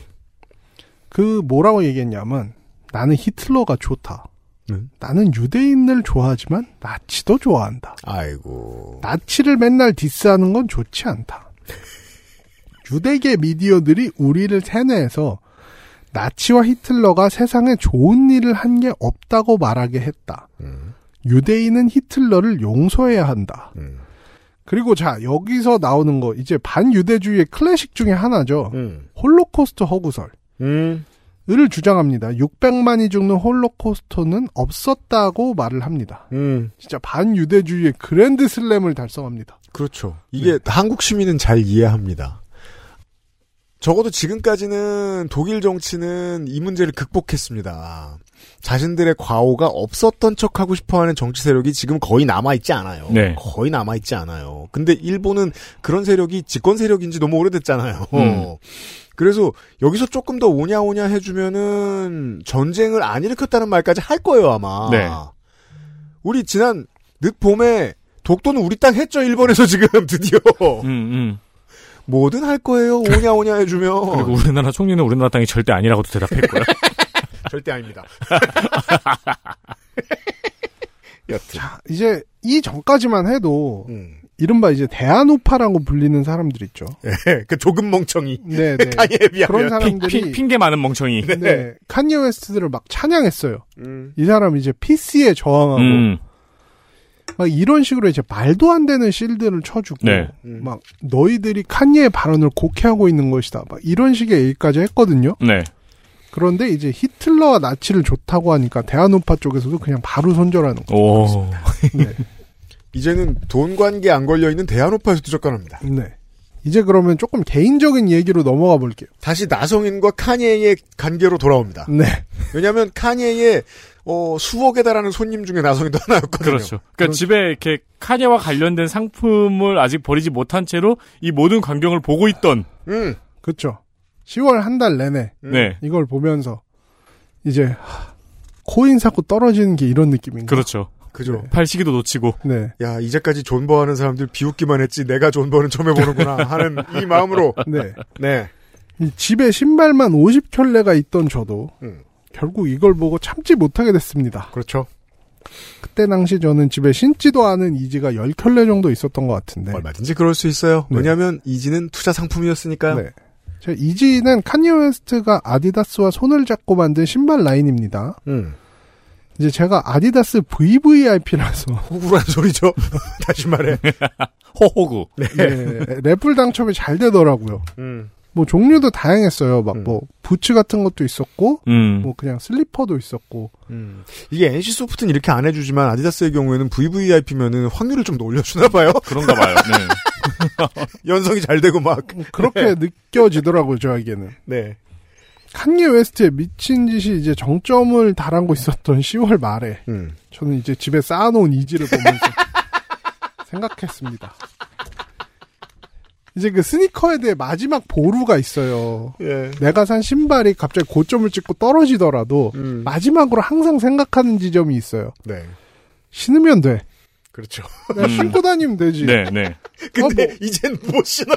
Speaker 8: 그 뭐라고 얘기했냐면 나는 히틀러가 좋다.
Speaker 2: 음.
Speaker 8: 나는 유대인을 좋아하지만 나치도 좋아한다.
Speaker 2: 아이고.
Speaker 8: 나치를 맨날 디스하는 건 좋지 않다. 유대계 미디어들이 우리를 세뇌해서 나치와 히틀러가 세상에 좋은 일을 한 게 없다고 말하게 했다.
Speaker 2: 음.
Speaker 8: 유대인은 히틀러를 용서해야 한다.
Speaker 2: 음.
Speaker 8: 그리고 자 여기서 나오는 거 이제 반유대주의의 클래식 중에 하나죠.
Speaker 2: 음.
Speaker 8: 홀로코스트 허구설.
Speaker 2: 음.
Speaker 8: 을 주장합니다. 600만이 죽는 홀로코스트는 없었다고 말을 합니다.
Speaker 2: 음.
Speaker 8: 진짜 반유대주의의 그랜드 슬램을 달성합니다.
Speaker 2: 그렇죠.
Speaker 8: 네.
Speaker 2: 이게 한국 시민은 잘 이해합니다. 적어도 지금까지는 독일 정치는 이 문제를 극복했습니다. 자신들의 과오가 없었던 척하고 싶어하는 정치 세력이 지금 거의 남아있지 않아요.
Speaker 3: 네.
Speaker 2: 거의 남아있지 않아요. 근데 일본은 그런 세력이 집권 세력인지 너무 오래됐잖아요.
Speaker 3: 음.
Speaker 2: 그래서 여기서 조금 더 오냐오냐 해주면은 전쟁을 안 일으켰다는 말까지 할 거예요 아마.
Speaker 3: 네.
Speaker 2: 우리 지난 늦봄에 독도는 우리 땅 했죠 일본에서 지금 드디어
Speaker 3: 음, 음.
Speaker 2: 뭐든 할 거예요 오냐오냐
Speaker 3: 어. 그리고
Speaker 2: 해주면
Speaker 3: 우리나라 총리는 우리나라 땅이 절대 아니라고도 대답했고요.
Speaker 2: 절대 아닙니다.
Speaker 8: 자, 이제 이 전까지만 해도
Speaker 2: 음.
Speaker 8: 이른바 이제 대한우파라고 불리는 사람들 있죠.
Speaker 2: 예, 그 조금 멍청이 예,
Speaker 8: 네, 네.
Speaker 2: 카니에
Speaker 8: 그런
Speaker 2: 비하면
Speaker 3: 핑,
Speaker 8: 사람들이
Speaker 3: 핑, 핑계 많은 멍청이.
Speaker 8: 네, 칸예 웨스트들을 막 찬양했어요.
Speaker 2: 음.
Speaker 8: 이 사람 이제 PC에 저항하고
Speaker 3: 음,
Speaker 8: 막 이런 식으로 이제 말도 안 되는 실드를 쳐주고
Speaker 3: 네.
Speaker 2: 음.
Speaker 8: 막 너희들이 칸예의 발언을 곡해하고 있는 것이다. 막 이런 식의 얘기까지 했거든요.
Speaker 3: 네.
Speaker 8: 그런데 이제 히틀러와 나치를 좋다고 하니까 대한우파 쪽에서도 그냥 바로 손절하는 거.
Speaker 3: 오.
Speaker 2: 이제는 돈 관계 안 걸려 있는 대한오파에서도 접근합니다.
Speaker 8: 네. 이제 그러면 조금 개인적인 얘기로 넘어가 볼게요.
Speaker 2: 다시 나성인과 카니에의 관계로 돌아옵니다.
Speaker 8: 네.
Speaker 2: 왜냐하면 카니에의 어, 수억에 달하는 손님 중에 나성이도 하나였거든요.
Speaker 3: 그렇죠. 그러니까 집에 이렇게 카냐와 관련된 상품을 아직 버리지 못한 채로 이 모든 광경을 보고 있던
Speaker 2: 음,
Speaker 8: 그렇죠. 10월 한 달 내내
Speaker 3: 네.
Speaker 8: 이걸 보면서 이제 하, 코인 사고 떨어지는 게 이런 느낌인가?
Speaker 3: 그렇죠.
Speaker 2: 그죠.
Speaker 3: 팔 시기도 놓치고
Speaker 8: 네.
Speaker 2: 야 이제까지 존버하는 사람들 비웃기만 했지 내가 존버는 처음 해보는구나 하는 이 마음으로
Speaker 8: 네.
Speaker 2: 네
Speaker 8: 이 집에 신발만 50켤레가 있던 저도
Speaker 2: 음.
Speaker 8: 결국 이걸 보고 참지 못하게 됐습니다.
Speaker 2: 그렇죠
Speaker 8: 그때 당시 저는 집에 신지도 않은 이지가 10켤레 정도 있었던 것 같은데.
Speaker 2: 얼마든지 그럴 수 있어요
Speaker 8: 네.
Speaker 2: 왜냐하면 이지는 투자 상품이었으니까요
Speaker 8: 네. 제 이지는 칸예웨스트가 아디다스와 손을 잡고 만든 신발 라인입니다.
Speaker 2: 음
Speaker 8: 이제 제가 아디다스 VVIP라서
Speaker 2: 호구라는 소리죠 네. 다시 말해
Speaker 3: 호호구.
Speaker 2: 예.
Speaker 8: 랩을 네, 당첨이 잘 되더라고요.
Speaker 2: 음
Speaker 8: 뭐 종류도 다양했어요. 막
Speaker 2: 음.
Speaker 8: 뭐 부츠 같은 것도 있었고,
Speaker 3: 음.
Speaker 8: 뭐 그냥 슬리퍼도 있었고.
Speaker 2: 음. 이게 NC 소프트는 이렇게 안 해주지만 아디다스의 경우에는 VVIP면은 확률을 좀 더 올려주나 봐요
Speaker 3: 그런가 봐요. 네.
Speaker 2: 연성이 잘 되고 예.
Speaker 8: 그렇게 느껴지더라고요, 저에게는.
Speaker 2: 막네
Speaker 8: 칸예 웨스트의 미친 짓이 이제 정점을 달하고 있었던 10월 말에
Speaker 2: 음.
Speaker 8: 저는 이제 집에 쌓아놓은 이지를 보면서 생각했습니다. 이제 그 스니커에 대해 마지막 보루가 있어요.
Speaker 2: 예.
Speaker 8: 내가 산 신발이 갑자기 고점을 찍고 떨어지더라도
Speaker 2: 음.
Speaker 8: 마지막으로 항상 생각하는 지점이 있어요.
Speaker 2: 네.
Speaker 8: 신으면 돼.
Speaker 2: 그렇죠.
Speaker 8: 그냥 신고 다니면 되지.
Speaker 3: 네, 네.
Speaker 2: 근데
Speaker 8: 아, 뭐.
Speaker 2: 이젠 못 신어요.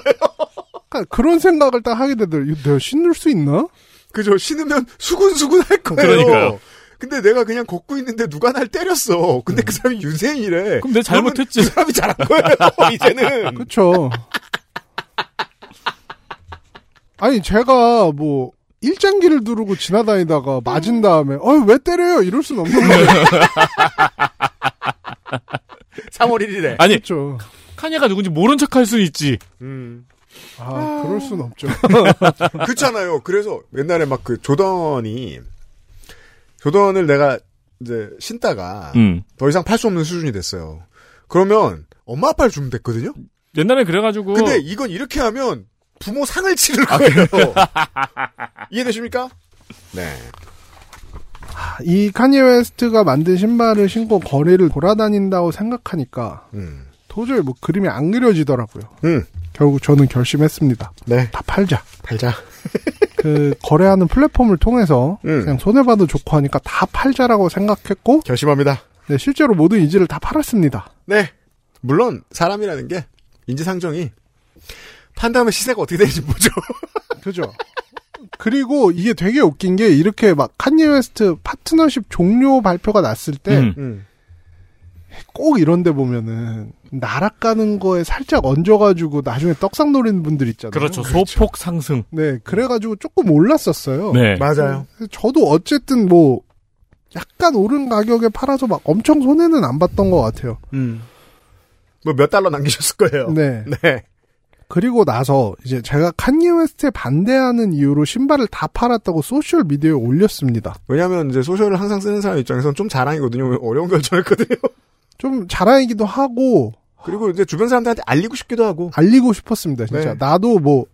Speaker 8: 그러니까 그런 생각을 딱 하게 되더라고요. 이거 내가 신을 수 있나?
Speaker 2: 그죠. 신으면 수근수근 할 거예요.
Speaker 3: 그러니까요.
Speaker 2: 근데 내가 그냥 걷고 있는데 누가 날 때렸어. 근데 그 사람이 유생이래.
Speaker 3: 그럼 내가 잘못했지.
Speaker 2: 그러면 그 사람이 잘한 거예요. 이제는.
Speaker 8: 그쵸. 아니, 제가 뭐, 일장기를 두르고 지나다니다가 맞은 다음에, 어, 왜 때려요? 이럴 순 없는 거예요.
Speaker 2: 3월 1일에.
Speaker 3: 아니
Speaker 8: 그쵸.
Speaker 3: 카냐가 누군지 모른 척할 수 있지.
Speaker 2: 음.
Speaker 8: 아, 그럴 순 없죠.
Speaker 2: 그렇잖아요. 그래서 옛날에 막 그 조던이 조던을 내가 이제 신다가
Speaker 3: 음.
Speaker 2: 더 이상 팔 수 없는 수준이 됐어요. 그러면 엄마 아빠를 주면 됐거든요.
Speaker 3: 옛날에 그래가지고
Speaker 2: 근데 이건 이렇게 하면 부모 상을 치를 거예요. 이해되십니까? 네.
Speaker 8: 이 카니 웨스트가 만든 신발을 신고 거리를 돌아다닌다고 생각하니까,
Speaker 2: 음.
Speaker 8: 도저히 뭐 그림이 안 그려지더라고요.
Speaker 2: 음.
Speaker 8: 결국 저는 결심했습니다.
Speaker 2: 네.
Speaker 8: 다 팔자.
Speaker 2: 팔자.
Speaker 8: 그, 거래하는 플랫폼을 통해서,
Speaker 2: 음.
Speaker 8: 그냥 손해봐도 좋고 하니까 다 팔자라고 생각했고,
Speaker 2: 결심합니다.
Speaker 8: 네, 실제로 모든 이지를 다 팔았습니다.
Speaker 2: 네. 물론 사람이라는 게 인지상정이 판단하면 시세가 어떻게 되는지 보죠.
Speaker 8: 그죠. 그리고 이게 되게 웃긴 게 이렇게 막 칸예 웨스트 파트너십 종료 발표가 났을 때 꼭
Speaker 3: 음.
Speaker 8: 이런데 보면은 날아가는 거에 살짝 얹어가지고 나중에 떡상 노리는 분들 있잖아요.
Speaker 3: 그렇죠. 소폭 상승.
Speaker 8: 네, 그래가지고 조금 올랐었어요.
Speaker 3: 네.
Speaker 2: 맞아요.
Speaker 8: 저도 어쨌든 뭐 약간 오른 가격에 팔아서 막 엄청 손해는 안 봤던 것 같아요.
Speaker 2: 뭐 몇 달러 남기셨을
Speaker 3: 어.
Speaker 2: 거예요.
Speaker 8: 네.
Speaker 2: 네.
Speaker 8: 그리고 나서 이제 제가 칸예 웨스트에 반대하는 이유로 신발을 다 팔았다고 소셜 미디어에 올렸습니다.
Speaker 2: 왜냐하면 이제 소셜을 항상 쓰는 사람 입장에서는 좀 자랑이거든요. 어려운 결정했거든요.
Speaker 8: 좀 자랑이기도 하고
Speaker 2: 그리고 이제 주변 사람들한테 알리고 싶기도 하고.
Speaker 8: 알리고 싶었습니다. 진짜
Speaker 2: 네.
Speaker 8: 나도 뭐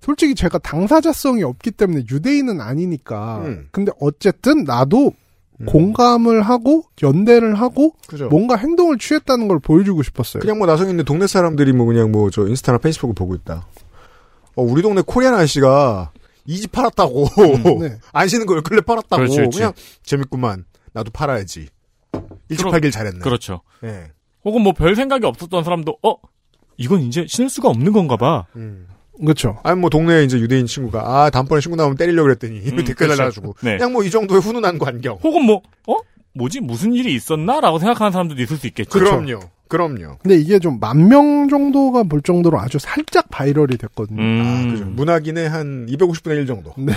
Speaker 8: 솔직히 제가 당사자성이 없기 때문에 유대인은 아니니까.
Speaker 2: 음.
Speaker 8: 근데 어쨌든 나도 공감을 하고 연대를 하고
Speaker 2: 그죠.
Speaker 8: 뭔가 행동을 취했다는 걸 보여주고 싶었어요.
Speaker 2: 그렇죠. 그냥 뭐 나성 있는 동네 사람들이 뭐 그냥 뭐 저 인스타나 페이스북을 보고 있다. 어, 우리 동네 코리안 아저씨가 이 집 팔았다고.
Speaker 8: 네.
Speaker 2: 안 쉬는 거 열클레 팔았다고.
Speaker 3: 음, 그렇지,
Speaker 2: 그
Speaker 3: 그렇지.
Speaker 2: 냥 재밌구만. 나도 팔아야지. 일찍
Speaker 3: 그럼-
Speaker 2: 팔길 잘했네.
Speaker 3: 그렇죠.
Speaker 2: 예.
Speaker 3: 혹은 뭐 별 생각이 없었던 사람도 어 이건 이제 신을 수가 없는 건가 봐.
Speaker 2: 음.
Speaker 8: 그렇죠.
Speaker 2: 아니 뭐 동네에 이제 유대인 친구가 아 다음번에 신고 나오면 때리려고 그랬더니
Speaker 3: 음,
Speaker 2: 댓글
Speaker 3: 그렇죠.
Speaker 2: 달아주고
Speaker 3: 네.
Speaker 2: 그냥 뭐 이 정도의 훈훈한 관경.
Speaker 3: 혹은 뭐 어? 뭐지 무슨 일이 있었나라고 생각하는 사람도 있을 수 있겠죠. 그렇죠.
Speaker 2: 그럼요. 그럼요.
Speaker 8: 근데 이게 좀 만 명 정도가 볼 정도로 아주 살짝 바이럴이 됐거든요.
Speaker 3: 음.
Speaker 2: 아, 그죠. 문학인의 한 250분의 1 정도.
Speaker 8: 네.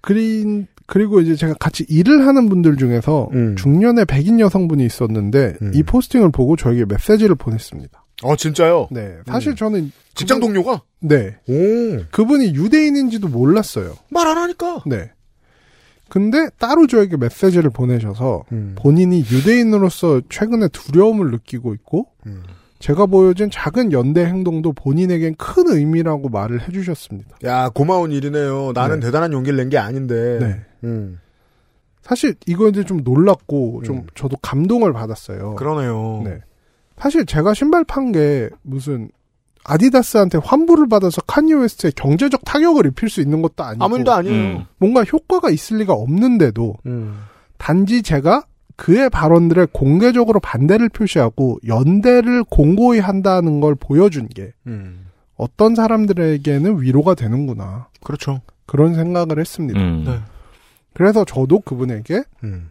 Speaker 8: 그린 그리고 이제 제가 같이 일을 하는 분들 중에서
Speaker 2: 음.
Speaker 8: 중년의 백인 여성분이 있었는데
Speaker 2: 음.
Speaker 8: 이 포스팅을 보고 저에게 메시지를 보냈습니다.
Speaker 2: 어 진짜요?
Speaker 8: 네, 사실
Speaker 2: 음.
Speaker 8: 저는
Speaker 2: 직장 동료가?
Speaker 8: 네
Speaker 2: 오.
Speaker 8: 그분이 유대인인지도 몰랐어요.
Speaker 2: 말 안 하니까.
Speaker 8: 네. 근데 따로 저에게 메시지를 보내셔서
Speaker 2: 음.
Speaker 8: 본인이 유대인으로서 최근에 두려움을 느끼고 있고
Speaker 2: 음.
Speaker 8: 제가 보여준 작은 연대 행동도 본인에겐 큰 의미라고 말을 해주셨습니다.
Speaker 2: 야 고마운 일이네요. 나는
Speaker 8: 네.
Speaker 2: 대단한 용기를 낸 게 아닌데.
Speaker 8: 네.
Speaker 2: 음.
Speaker 8: 사실 이거 이제 좀 놀랐고
Speaker 2: 음.
Speaker 8: 좀 저도 감동을 받았어요.
Speaker 2: 그러네요.
Speaker 8: 네. 사실 제가 신발 판 게 무슨 아디다스한테 환불을 받아서 카니 웨스트에 경제적 타격을 입힐 수 있는 것도 아니고
Speaker 2: 아무 일도 아니에요.
Speaker 3: 음.
Speaker 8: 뭔가 효과가 있을 리가 없는데도
Speaker 2: 음.
Speaker 8: 단지 제가 그의 발언들에 공개적으로 반대를 표시하고 연대를 공고히 한다는 걸 보여준 게
Speaker 2: 음.
Speaker 8: 어떤 사람들에게는 위로가 되는구나
Speaker 2: 그렇죠.
Speaker 8: 그런 생각을 했습니다.
Speaker 3: 음.
Speaker 2: 네.
Speaker 8: 그래서 저도 그분에게
Speaker 2: 음.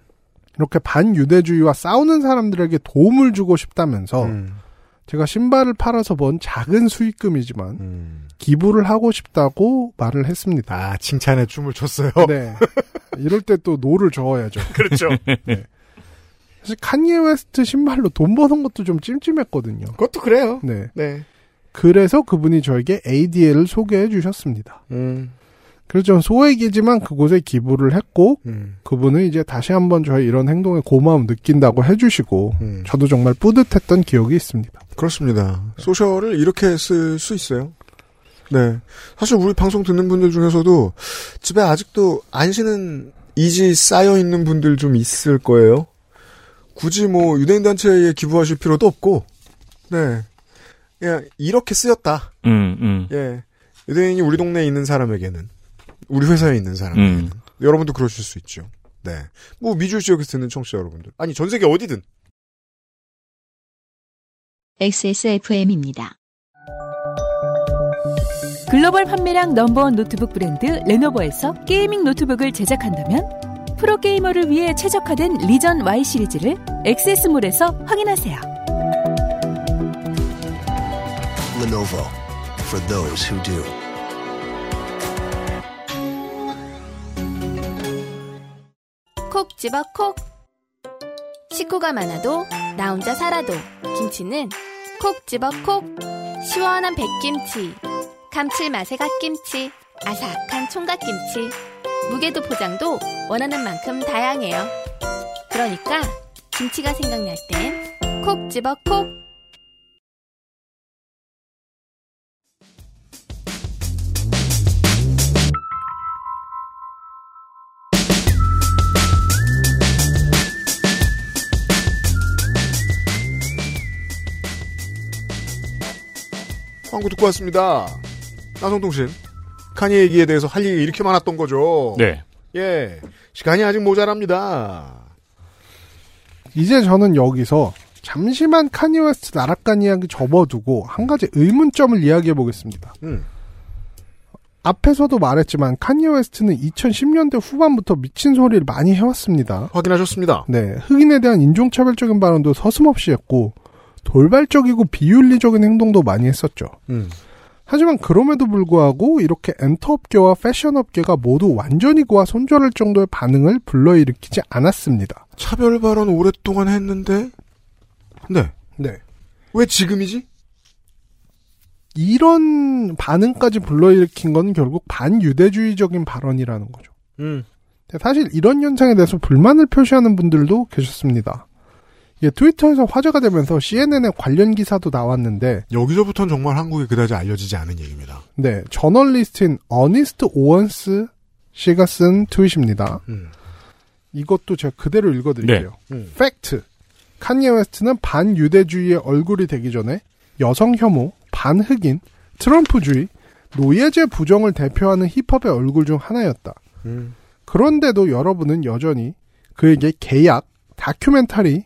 Speaker 8: 이렇게 반유대주의와 싸우는 사람들에게 도움을 주고
Speaker 3: 어.
Speaker 8: 싶다면서
Speaker 2: 음.
Speaker 8: 제가 신발을 팔아서 번 작은 수익금이지만
Speaker 2: 음.
Speaker 8: 기부를 하고 싶다고 말을 했습니다.
Speaker 2: 아 칭찬에 춤을 췄어요.
Speaker 8: 네. 이럴 때 또 노를 저어야죠. 네.
Speaker 2: 그렇죠.
Speaker 8: 사실 칸예 웨스트 신발로 돈 버는 것도 좀 찜찜했거든요.
Speaker 2: 그것도 그래요.
Speaker 8: 네.
Speaker 2: 네.
Speaker 8: 그래서 그분이 저에게 ADL을 소개해 주셨습니다.
Speaker 2: 음.
Speaker 8: 그래서 저는 소액이지만 그곳에 기부를 했고
Speaker 2: 음.
Speaker 8: 그분은 이제 다시 한번 저의 이런 행동에 고마움 느낀다고 해주시고
Speaker 2: 음.
Speaker 8: 저도 정말 뿌듯했던 기억이 있습니다.
Speaker 2: 그렇습니다. 소셜을 이렇게 쓸 수 있어요. 네. 사실 우리 방송 듣는 분들 중에서도 집에 아직도 안 쉬는 이지 쌓여 있는 분들 좀 있을 거예요. 굳이 뭐 유대인 단체에 기부하실 필요도 없고, 네. 그냥 이렇게 쓰였다.
Speaker 3: 음, 음.
Speaker 2: 예. 유대인이 우리 동네에 있는 사람에게는, 우리 회사에 있는 사람에게는,
Speaker 3: 음.
Speaker 2: 여러분도 그러실 수 있죠. 네. 뭐 미주 지역에서 듣는 청취자 여러분들. 아니, 전 세계 어디든.
Speaker 1: XSFM입니다.
Speaker 6: 글로벌 판매량 넘버원 노트북 브랜드 레노버에서 게이밍 노트북을 제작한다면 프로게이머를 위해 최적화된 리전 Y 시리즈를 액세스몰에서 확인하세요.
Speaker 7: Lenovo. For those who do.
Speaker 9: 콕 집어 콕. 식구가 많아도 나 혼자 살아도 김치는 콕 집어 콕. 시원한 백김치, 감칠맛의 갓김치, 아삭한 총각김치. 무게도 포장도 원하는 만큼 다양해요. 그러니까 김치가 생각날 땐 콕 집어 콕.
Speaker 2: 광고 듣고 왔습니다. 나성통신. 카니 얘기에 대해서 할 얘기 이렇게 많았던 거죠.
Speaker 3: 네.
Speaker 2: 예. 시간이 아직 모자랍니다.
Speaker 8: 이제 저는 여기서 잠시만 카니 웨스트 나락간 이야기 접어두고 한 가지 의문점을 이야기해 보겠습니다.
Speaker 2: 음.
Speaker 8: 앞에서도 말했지만 카니 웨스트는 2010년대 후반부터 미친 소리를 많이 해왔습니다.
Speaker 2: 확인하셨습니다.
Speaker 8: 네, 흑인에 대한 인종차별적인 발언도 서슴없이 했고 돌발적이고 비윤리적인 행동도 많이 했었죠.
Speaker 2: 음.
Speaker 8: 하지만 그럼에도 불구하고 이렇게 엔터업계와 패션업계가 모두 완전히 그와 손절할 정도의 반응을 불러일으키지 않았습니다.
Speaker 2: 차별 발언 오랫동안 했는데, 네.
Speaker 8: 네.
Speaker 2: 왜 지금이지?
Speaker 8: 이런 반응까지 불러일으킨 건 결국 반유대주의적인 발언이라는 거죠.
Speaker 2: 음.
Speaker 8: 근데 사실 이런 현상에 대해서 불만을 표시하는 분들도 계셨습니다. 예, 트위터에서 화제가 되면서 CNN의 관련 기사도 나왔는데,
Speaker 2: 여기서부터는 정말 한국에 그다지 알려지지 않은 얘기입니다.
Speaker 8: 네, 저널리스트인 어니스트 오원스 씨가 쓴 트윗입니다.
Speaker 2: 음.
Speaker 8: 이것도 제가 그대로 읽어드릴게요.
Speaker 2: 음.
Speaker 8: 팩트. 칸예 웨스트는 반유대주의의 얼굴이 되기 전에 여성 혐오, 반흑인, 트럼프주의, 노예제 부정을 대표하는 힙합의 얼굴 중 하나였다.
Speaker 2: 음.
Speaker 8: 그런데도 여러분은 여전히 그에게 계약, 다큐멘터리,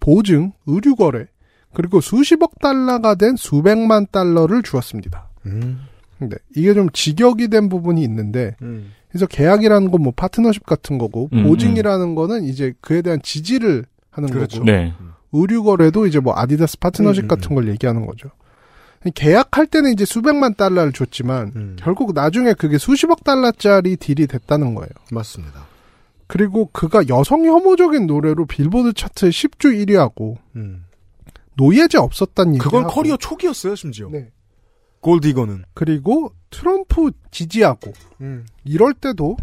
Speaker 8: 보증, 의류거래, 그리고 수십억 달러가 된 수백만 달러를 주었습니다.
Speaker 2: 음.
Speaker 8: 근데 네. 이게 좀 직역이 된 부분이 있는데
Speaker 2: 음.
Speaker 8: 그래서 계약이라는 건 뭐 파트너십 같은 거고
Speaker 3: 음,
Speaker 8: 보증이라는 거는 이제 그에 대한 지지를 하는
Speaker 2: 그렇죠.
Speaker 8: 거고
Speaker 3: 네.
Speaker 8: 의류 거래도 이제 뭐 아디다스
Speaker 2: 음,
Speaker 8: 파트너십
Speaker 2: 음,
Speaker 8: 같은 걸 얘기하는 거죠. 계약할 때는 이제 수백만 달러를 줬지만
Speaker 2: 음.
Speaker 8: 결국 나중에 그게 수십억 달러짜리 딜이 됐다는 거예요.
Speaker 2: 맞습니다.
Speaker 8: 그리고 그가 여성 혐오적인 노래로 빌보드 차트 10주 1위하고
Speaker 2: 음.
Speaker 8: 노예제 없었단 얘기.
Speaker 2: 그건 커리어 초기였어요, 심지어.
Speaker 8: 네.
Speaker 2: 골디거는.
Speaker 8: 그리고 트럼프 지지하고
Speaker 2: 음.
Speaker 8: 이럴 때도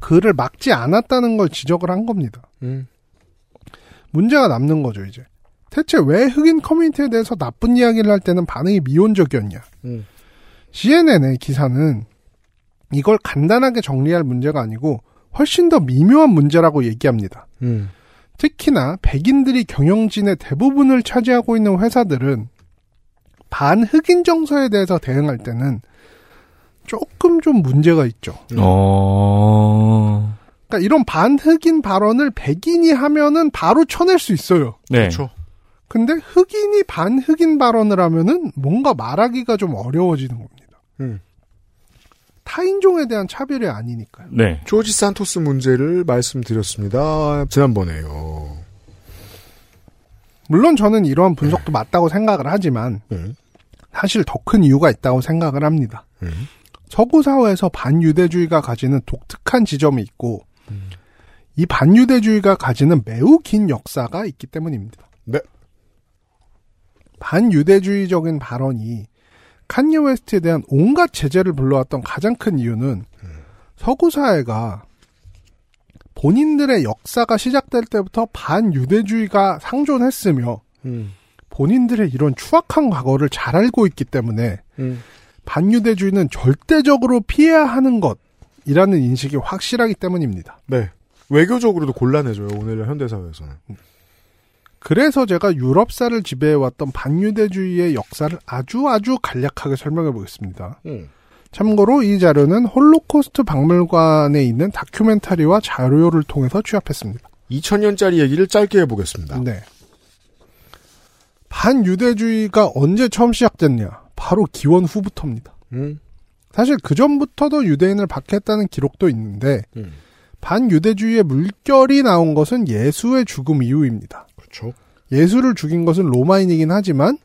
Speaker 8: 그를 막지 않았다는 걸 지적을 한 겁니다.
Speaker 2: 음.
Speaker 8: 문제가 남는 거죠, 이제. 대체 왜 흑인 커뮤니티에 대해서 나쁜 이야기를 할 때는 반응이 미온적이었냐?
Speaker 2: 음.
Speaker 8: CNN의 기사는 이걸 간단하게 정리할 문제가 아니고 훨씬 더 미묘한 문제라고 얘기합니다.
Speaker 2: 음.
Speaker 8: 특히나 백인들이 경영진의 대부분을 차지하고 있는 회사들은 반흑인 정서에 대해서 대응할 때는 조금 좀 문제가 있죠.
Speaker 3: 음. 어.
Speaker 8: 그러니까 이런 반흑인 발언을 백인이 하면은 바로 쳐낼 수 있어요.
Speaker 3: 네.
Speaker 2: 그렇죠.
Speaker 8: 근데 흑인이 반흑인 발언을 하면은 뭔가 말하기가 좀 어려워지는 겁니다.
Speaker 2: 음.
Speaker 8: 타인종에 대한 차별이 아니니까요.
Speaker 3: 네.
Speaker 2: 조지 산토스 문제를 말씀드렸습니다. 지난번에요.
Speaker 8: 물론 저는 이러한 분석도 맞다고 생각을 하지만
Speaker 2: 음.
Speaker 8: 사실 더 큰 이유가 있다고 생각을 합니다.
Speaker 2: 음.
Speaker 8: 서구 사회에서 반유대주의가 가지는 독특한 지점이 있고 이 반유대주의가 가지는 매우 긴 역사가 있기 때문입니다.
Speaker 2: 네.
Speaker 8: 반유대주의적인 발언이 칸예 웨스트에 대한 온갖 제재를 불러왔던 가장 큰 이유는 서구 사회가 본인들의 역사가 시작될 때부터 반유대주의가 상존했으며
Speaker 2: 음.
Speaker 8: 본인들의 이런 추악한 과거를 잘 알고 있기 때문에
Speaker 2: 음.
Speaker 8: 반유대주의는 절대적으로 피해야 하는 것이라는 인식이 확실하기 때문입니다.
Speaker 2: 네. 외교적으로도 곤란해져요, 오늘날 현대사회에서는.
Speaker 8: 그래서 제가 유럽사를 지배해왔던 반유대주의의 역사를 아주 아주 간략하게 설명해 보겠습니다.
Speaker 2: 음.
Speaker 8: 참고로 이 자료는 홀로코스트 박물관에 있는 다큐멘터리와 자료를 통해서 취합했습니다.
Speaker 2: 2000년짜리 얘기를 짧게 해보겠습니다.
Speaker 8: 네. 반유대주의가 언제 처음 시작됐냐? 바로 기원 후부터입니다.
Speaker 2: 음.
Speaker 8: 사실 그 전부터도 유대인을 박해했다는 기록도 있는데
Speaker 2: 음.
Speaker 8: 반유대주의의 물결이 나온 것은 예수의 죽음 이후입니다.
Speaker 2: 그렇죠.
Speaker 8: 예수를 죽인 것은 로마인이긴 하지만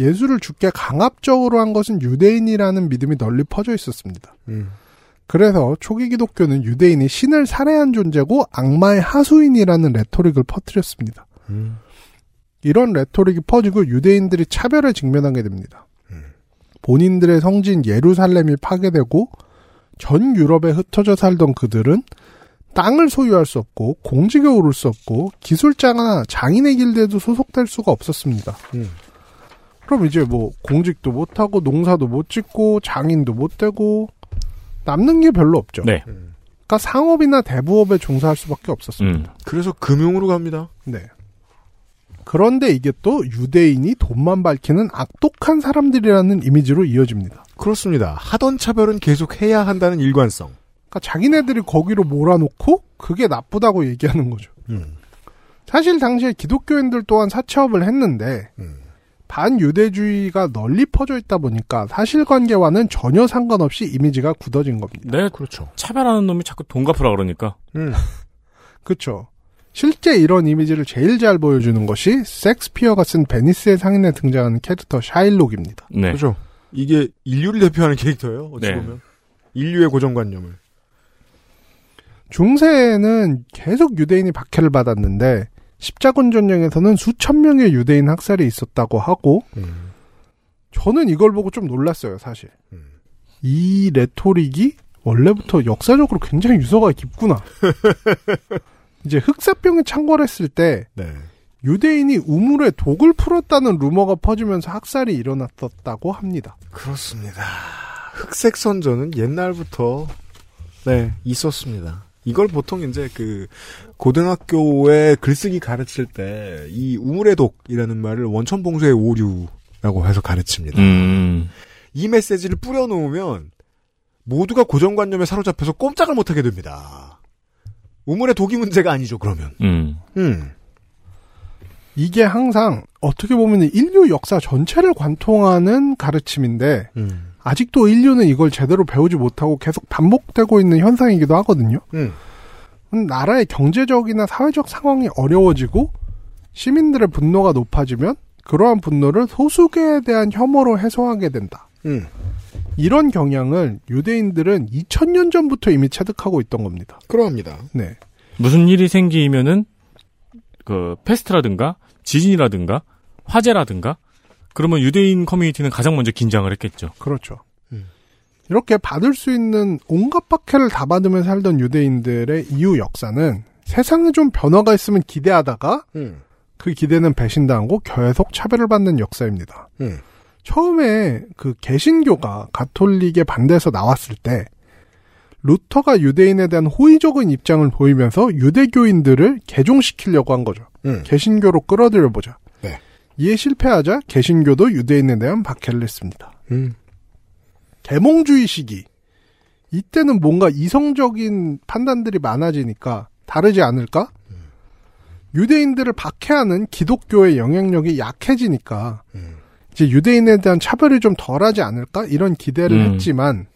Speaker 8: 예수를 죽게 강압적으로 한 것은 유대인이라는 믿음이 널리 퍼져 있었습니다.
Speaker 2: 음.
Speaker 8: 그래서 초기 기독교는 유대인이 신을 살해한 존재고 악마의 하수인이라는 레토릭을 퍼뜨렸습니다.
Speaker 2: 음.
Speaker 8: 이런 레토릭이 퍼지고 유대인들이 차별에 직면하게 됩니다. 본인들의 성지인 예루살렘이 파괴되고 전 유럽에 흩어져 살던 그들은 땅을 소유할 수 없고 공직에 오를 수 없고 기술자나 장인의 길드에도 소속될 수가 없었습니다.
Speaker 2: 음.
Speaker 8: 그럼 이제 뭐 공직도 못 하고 농사도 못 짓고 장인도 못 되고 남는 게 별로 없죠.
Speaker 3: 네.
Speaker 8: 그러니까 상업이나 대부업에 종사할 수밖에 없었습니다.
Speaker 3: 음.
Speaker 2: 그래서 금융으로 갑니다.
Speaker 8: 네. 그런데 이게 또 유대인이 돈만 밝히는 악독한 사람들이라는 이미지로 이어집니다.
Speaker 2: 그렇습니다. 하던 차별은 계속 해야 한다는 일관성.
Speaker 8: 그러니까 자기네들이 거기로 몰아놓고 그게 나쁘다고 얘기하는 거죠.
Speaker 2: 음.
Speaker 8: 사실 당시에 기독교인들 또한 사채업을 했는데
Speaker 2: 음.
Speaker 8: 반유대주의가 널리 퍼져 있다 보니까 사실관계와는 전혀 상관없이 이미지가 굳어진 겁니다.
Speaker 3: 네.
Speaker 2: 그렇죠.
Speaker 3: 차별하는 놈이 자꾸 돈 갚으라 그러니까.
Speaker 2: 음.
Speaker 8: 그렇죠. 실제 이런 이미지를 제일 잘 보여주는 것이 섹스피어가 쓴 베니스의 상인에 등장하는 캐릭터 샤일록입니다.
Speaker 3: 네.
Speaker 2: 그렇죠. 이게 인류를 대표하는 캐릭터예요. 어찌
Speaker 3: 네.
Speaker 2: 보면 인류의 고정관념을.
Speaker 8: 중세에는 계속 유대인이 박해를 받았는데 십자군 전쟁에서는 수천 명의 유대인 학살이 있었다고 하고
Speaker 2: 음.
Speaker 8: 저는 이걸 보고 좀 놀랐어요 사실
Speaker 2: 음.
Speaker 8: 이 레토릭이 원래부터 역사적으로 굉장히 유서가 깊구나 이제 흑사병이 창궐했을 때
Speaker 2: 네.
Speaker 8: 유대인이 우물에 독을 풀었다는 루머가 퍼지면서 학살이 일어났었다고 합니다
Speaker 2: 그렇습니다. 흑색 선전은 옛날부터 네 있었습니다. 이걸 보통 이제 그 고등학교에 글쓰기 가르칠 때 이 우물의 독이라는 말을 원천 봉쇄의 오류라고 해서 가르칩니다.
Speaker 3: 음.
Speaker 2: 이 메시지를 뿌려놓으면 모두가 고정관념에 사로잡혀서 꼼짝을 못하게 됩니다. 우물의 독이 문제가 아니죠, 그러면.
Speaker 3: 음.
Speaker 2: 음.
Speaker 8: 이게 항상 어떻게 보면 인류 역사 전체를 관통하는 가르침인데
Speaker 2: 음.
Speaker 8: 아직도 인류는 이걸 제대로 배우지 못하고 계속 반복되고 있는 현상이기도 하거든요.
Speaker 2: 음.
Speaker 8: 음, 나라의 경제적이나 사회적 상황이 어려워지고 시민들의 분노가 높아지면 그러한 분노를 소수계에 대한 혐오로 해소하게 된다.
Speaker 2: 음.
Speaker 8: 이런 경향을 유대인들은 2000년 전부터 이미 체득하고 있던 겁니다.
Speaker 2: 그러합니다.
Speaker 8: 네.
Speaker 3: 무슨 일이 생기면은 그 패스트라든가 지진이라든가 화재라든가 그러면 유대인 커뮤니티는 가장 먼저 긴장을 했겠죠.
Speaker 8: 그렇죠.
Speaker 2: 음.
Speaker 8: 이렇게 받을 수 있는 온갖 박해를 다 받으며 살던 유대인들의 이후 역사는 세상에 좀 변화가 있으면 기대하다가
Speaker 2: 음.
Speaker 8: 그 기대는 배신당하고 계속 차별을 받는 역사입니다.
Speaker 2: 음.
Speaker 8: 처음에 그 개신교가 가톨릭에 반대해서 나왔을 때 루터가 유대인에 대한 호의적인 입장을 보이면서 유대교인들을 개종시키려고 한 거죠.
Speaker 2: 음.
Speaker 8: 개신교로 끌어들여 보자.
Speaker 2: 네.
Speaker 8: 이에 실패하자 개신교도 유대인에 대한 박해를 했습니다.
Speaker 2: 음.
Speaker 8: 계몽주의 시기. 이때는 뭔가 이성적인 판단들이 많아지니까 다르지 않을까? 유대인들을 박해하는 기독교의 영향력이 약해지니까
Speaker 2: 음.
Speaker 8: 이제 유대인에 대한 차별이 좀 덜하지 않을까? 이런 기대를
Speaker 3: 음.
Speaker 8: 했지만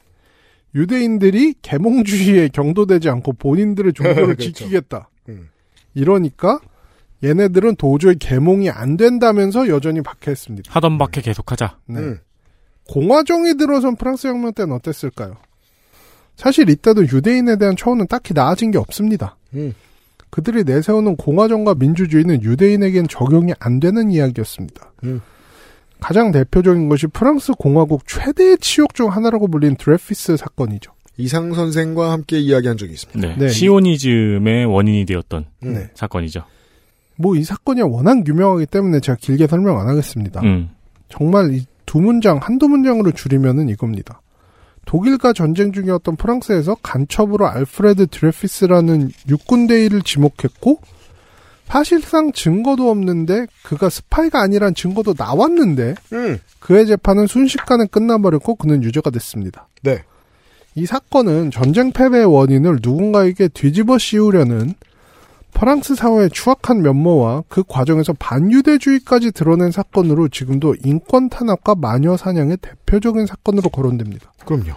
Speaker 8: 유대인들이 계몽주의에 경도되지 않고 본인들의 종교를
Speaker 2: 그렇죠.
Speaker 8: 지키겠다.
Speaker 2: 음.
Speaker 8: 이러니까 얘네들은 도저히 계몽이 안 된다면서 여전히 박해했습니다.
Speaker 3: 하던 밖에 계속하자.
Speaker 8: 네.
Speaker 2: 음.
Speaker 8: 공화정이 들어선 프랑스 혁명 때는 어땠을까요? 사실 이때도 유대인에 대한 처우는 딱히 나아진 게 없습니다.
Speaker 2: 음.
Speaker 8: 그들이 내세우는 공화정과 민주주의는 유대인에겐 적용이 안 되는 이야기였습니다.
Speaker 2: 음.
Speaker 8: 가장 대표적인 것이 프랑스 공화국 최대의 치욕 중 하나라고 불린 드레피스 사건이죠.
Speaker 2: 이상 선생과 함께 이야기한 적이 있습니다.
Speaker 3: 네.
Speaker 8: 네.
Speaker 3: 시오니즘의 원인이 되었던
Speaker 2: 음.
Speaker 8: 네.
Speaker 3: 사건이죠.
Speaker 8: 뭐 이 사건이 워낙 유명하기 때문에 제가 길게 설명 안 하겠습니다.
Speaker 3: 음.
Speaker 8: 정말 이 두 문장, 한두 문장으로 줄이면은 이겁니다. 독일과 전쟁 중이었던 프랑스에서 간첩으로 알프레드 드레피스라는 육군대위를 지목했고, 사실상 증거도 없는데, 그가 스파이가 아니란 증거도 나왔는데,
Speaker 2: 음.
Speaker 8: 그의 재판은 순식간에 끝나버렸고, 그는 유죄가 됐습니다.
Speaker 2: 네.
Speaker 8: 이 사건은 전쟁 패배의 원인을 누군가에게 뒤집어 씌우려는 프랑스 사회의 추악한 면모와 그 과정에서 반유대주의까지 드러낸 사건으로 지금도 인권 탄압과 마녀 사냥의 대표적인 사건으로 거론됩니다.
Speaker 2: 그럼요.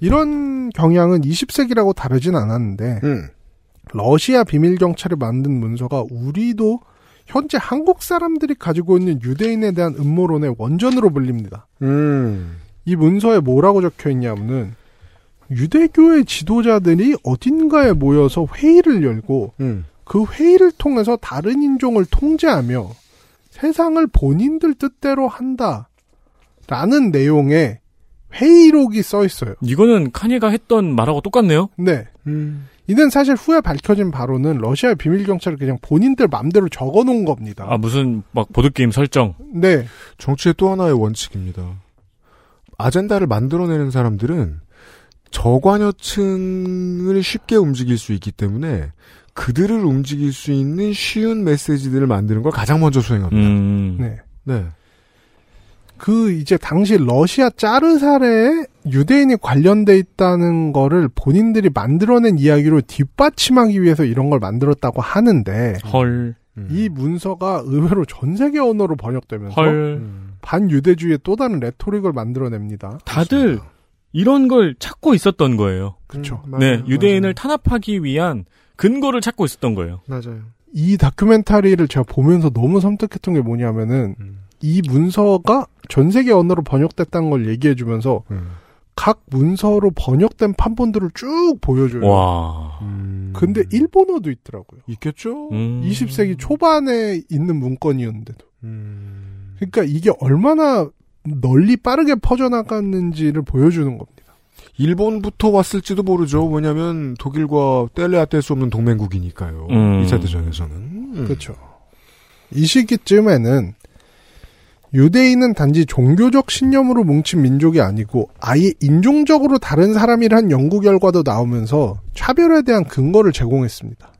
Speaker 8: 이런 경향은 20세기라고 다르진 않았는데
Speaker 2: 음.
Speaker 8: 러시아 비밀 경찰이 만든 문서가 우리도 현재 한국 사람들이 가지고 있는 유대인에 대한 음모론의 원전으로 불립니다.
Speaker 2: 음.
Speaker 8: 이 문서에 뭐라고 적혀 있냐면은 유대교의 지도자들이 어딘가에 모여서 회의를 열고
Speaker 2: 음.
Speaker 8: 그 회의를 통해서 다른 인종을 통제하며 세상을 본인들 뜻대로 한다. 라는 내용의 회의록이 써 있어요.
Speaker 3: 이거는 카니가 했던 말하고 똑같네요.
Speaker 8: 네.
Speaker 2: 음.
Speaker 8: 이는 사실 후에 밝혀진 바로는 러시아 비밀경찰을 그냥 본인들 맘대로 적어 놓은 겁니다.
Speaker 3: 아 무슨 막 보드 게임 설정.
Speaker 8: 네.
Speaker 2: 정치의 또 하나의 원칙입니다. 아젠다를 만들어내는 사람들은 저관여층을 쉽게 움직일 수 있기 때문에 그들을 움직일 수 있는 쉬운 메시지들을 만드는 걸 가장 먼저 수행합니다.
Speaker 3: 음.
Speaker 8: 네.
Speaker 2: 네.
Speaker 8: 그 이제 당시 러시아 짜르 사례에 유대인이 관련돼 있다는 거를 본인들이 만들어낸 이야기로 뒷받침하기 위해서 이런 걸 만들었다고 하는데
Speaker 3: 헐.
Speaker 2: 음.
Speaker 8: 이 문서가 의외로 전 세계 언어로 번역되면서
Speaker 3: 헐.
Speaker 2: 음.
Speaker 8: 반유대주의의 또 다른 레토릭을 만들어냅니다.
Speaker 3: 다들 이런 걸 찾고 있었던 거예요.
Speaker 8: 그렇죠.
Speaker 2: 음, 맞아요,
Speaker 3: 네, 유대인을
Speaker 2: 맞아요.
Speaker 3: 탄압하기 위한 근거를 찾고 있었던 거예요.
Speaker 2: 맞아요.
Speaker 8: 이 다큐멘터리를 제가 보면서 너무 섬뜩했던 게 뭐냐면은
Speaker 2: 음.
Speaker 8: 이 문서가 전 세계 언어로 번역됐다는 걸 얘기해 주면서
Speaker 2: 음.
Speaker 8: 각 문서로 번역된 판본들을 쭉 보여줘요.
Speaker 3: 와.
Speaker 2: 음.
Speaker 8: 근데 일본어도 있더라고요.
Speaker 2: 있겠죠.
Speaker 3: 음.
Speaker 8: 20세기 초반에 있는 문건이었는데도.
Speaker 2: 음.
Speaker 8: 그러니까 이게 얼마나 널리 빠르게 퍼져나갔는지를 보여주는 겁니다.
Speaker 2: 일본부터 왔을지도 모르죠. 왜냐하면 독일과 뗄래야 뗄 수 없는 동맹국이니까요.
Speaker 3: 음.
Speaker 2: 2차 대전에서는. 음.
Speaker 8: 그렇죠. 이 시기쯤에는 유대인은 단지 종교적 신념으로 뭉친 민족이 아니고 아예 인종적으로 다른 사람이란 연구 결과도 나오면서 차별에 대한 근거를 제공했습니다.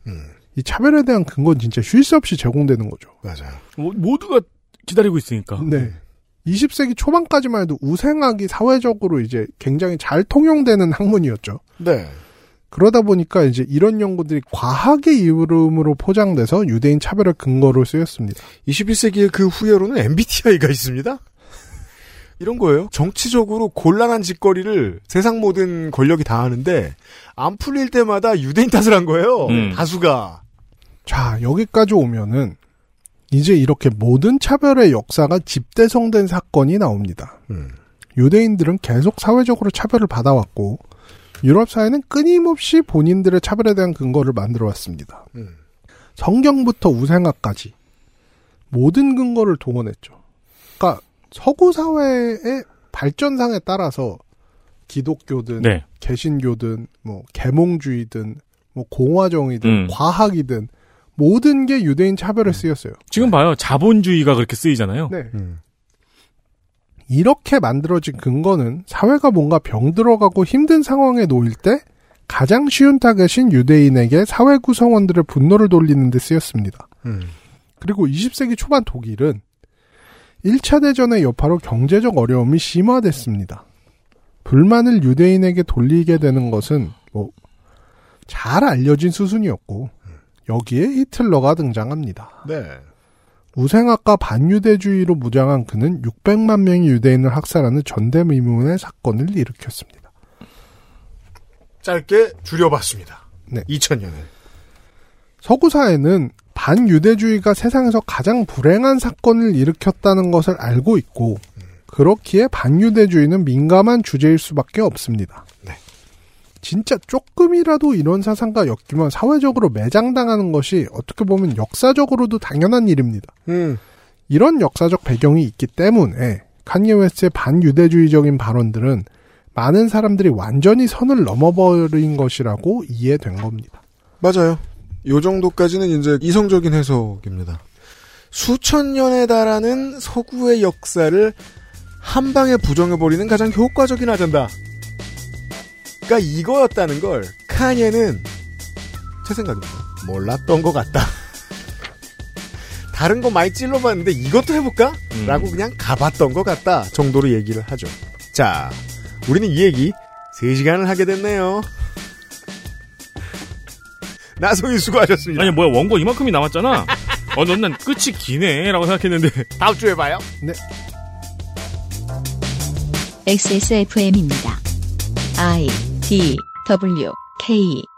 Speaker 8: 이 차별에 대한 근거는 진짜 쉴 새 없이 제공되는 거죠.
Speaker 2: 맞아요.
Speaker 3: 뭐, 모두가 기다리고 있으니까.
Speaker 8: 네. 20세기 초반까지만 해도 우생학이 사회적으로 이제 굉장히 잘 통용되는 학문이었죠.
Speaker 2: 네.
Speaker 8: 그러다 보니까 이제 이런 연구들이 과학의 이름으로 포장돼서 유대인 차별의 근거로 쓰였습니다.
Speaker 2: 21세기의 그 후예로는 MBTI가 있습니다. 이런 거예요. 정치적으로 곤란한 짓거리를 세상 모든 권력이 다 하는데 안 풀릴 때마다 유대인 탓을 한 거예요.
Speaker 3: 음.
Speaker 2: 다수가.
Speaker 8: 자, 여기까지 오면은 이제 이렇게 모든 차별의 역사가 집대성된 사건이 나옵니다.
Speaker 2: 음.
Speaker 8: 유대인들은 계속 사회적으로 차별을 받아왔고 유럽 사회는 끊임없이 본인들의 차별에 대한 근거를 만들어 왔습니다.
Speaker 2: 음.
Speaker 8: 성경부터 우생학까지 모든 근거를 동원했죠. 그러니까 서구 사회의 발전상에 따라서 기독교든
Speaker 3: 네.
Speaker 8: 개신교든 뭐 계몽주의든 뭐 공화정이든
Speaker 3: 음.
Speaker 8: 과학이든 모든 게 유대인 차별에 쓰였어요.
Speaker 2: 네.
Speaker 3: 지금 봐요. 자본주의가 그렇게 쓰이잖아요.
Speaker 8: 네.
Speaker 2: 음.
Speaker 8: 이렇게 만들어진 근거는 사회가 뭔가 병들어가고 힘든 상황에 놓일 때 가장 쉬운 타겟인 유대인에게 사회 구성원들의 분노를 돌리는 데 쓰였습니다.
Speaker 2: 음.
Speaker 8: 그리고 20세기 초반 독일은 1차 대전의 여파로 경제적 어려움이 심화됐습니다. 불만을 유대인에게 돌리게 되는 것은 뭐 잘 알려진 수순이었고 여기에 히틀러가 등장합니다.
Speaker 2: 네.
Speaker 8: 우생학과 반유대주의로 무장한 그는 600만 명의 유대인을 학살하는 전대미문의 사건을 일으켰습니다.
Speaker 2: 짧게 줄여봤습니다.
Speaker 8: 네.
Speaker 2: 2000년에.
Speaker 8: 서구사회는 반유대주의가 세상에서 가장 불행한 사건을 일으켰다는 것을 알고 있고, 그렇기에 반유대주의는 민감한 주제일 수밖에 없습니다.
Speaker 2: 네.
Speaker 8: 진짜 조금이라도 이런 사상과 엮이면 사회적으로 매장당하는 것이 어떻게 보면 역사적으로도 당연한 일입니다.
Speaker 2: 음.
Speaker 8: 이런 역사적 배경이 있기 때문에 칸예 웨스트의 반유대주의적인 발언들은 많은 사람들이 완전히 선을 넘어버린 것이라고 이해된 겁니다.
Speaker 2: 맞아요. 요 정도까지는 이제 이성적인 해석입니다. 수천 년에 달하는 서구의 역사를 한 방에 부정해버리는 가장 효과적인 아젠다. 그니까 이거였다는 걸, 카니에는, 제 생각입니다. 몰랐던 것 같다. 다른 거 많이 찔러봤는데 이것도 해볼까?
Speaker 3: 음.
Speaker 2: 라고 그냥 가봤던 것 같다. 정도로 얘기를 하죠. 자, 우리는 이 얘기 3시간을 하게 됐네요. 나성일 수고하셨습니다.
Speaker 3: 아니 뭐야 원고 이만큼이 남았잖아. 어, 넌 난 끝이 기네라고 생각했는데
Speaker 2: 다음 주에 봐요.
Speaker 1: XSFM입니다. I D W K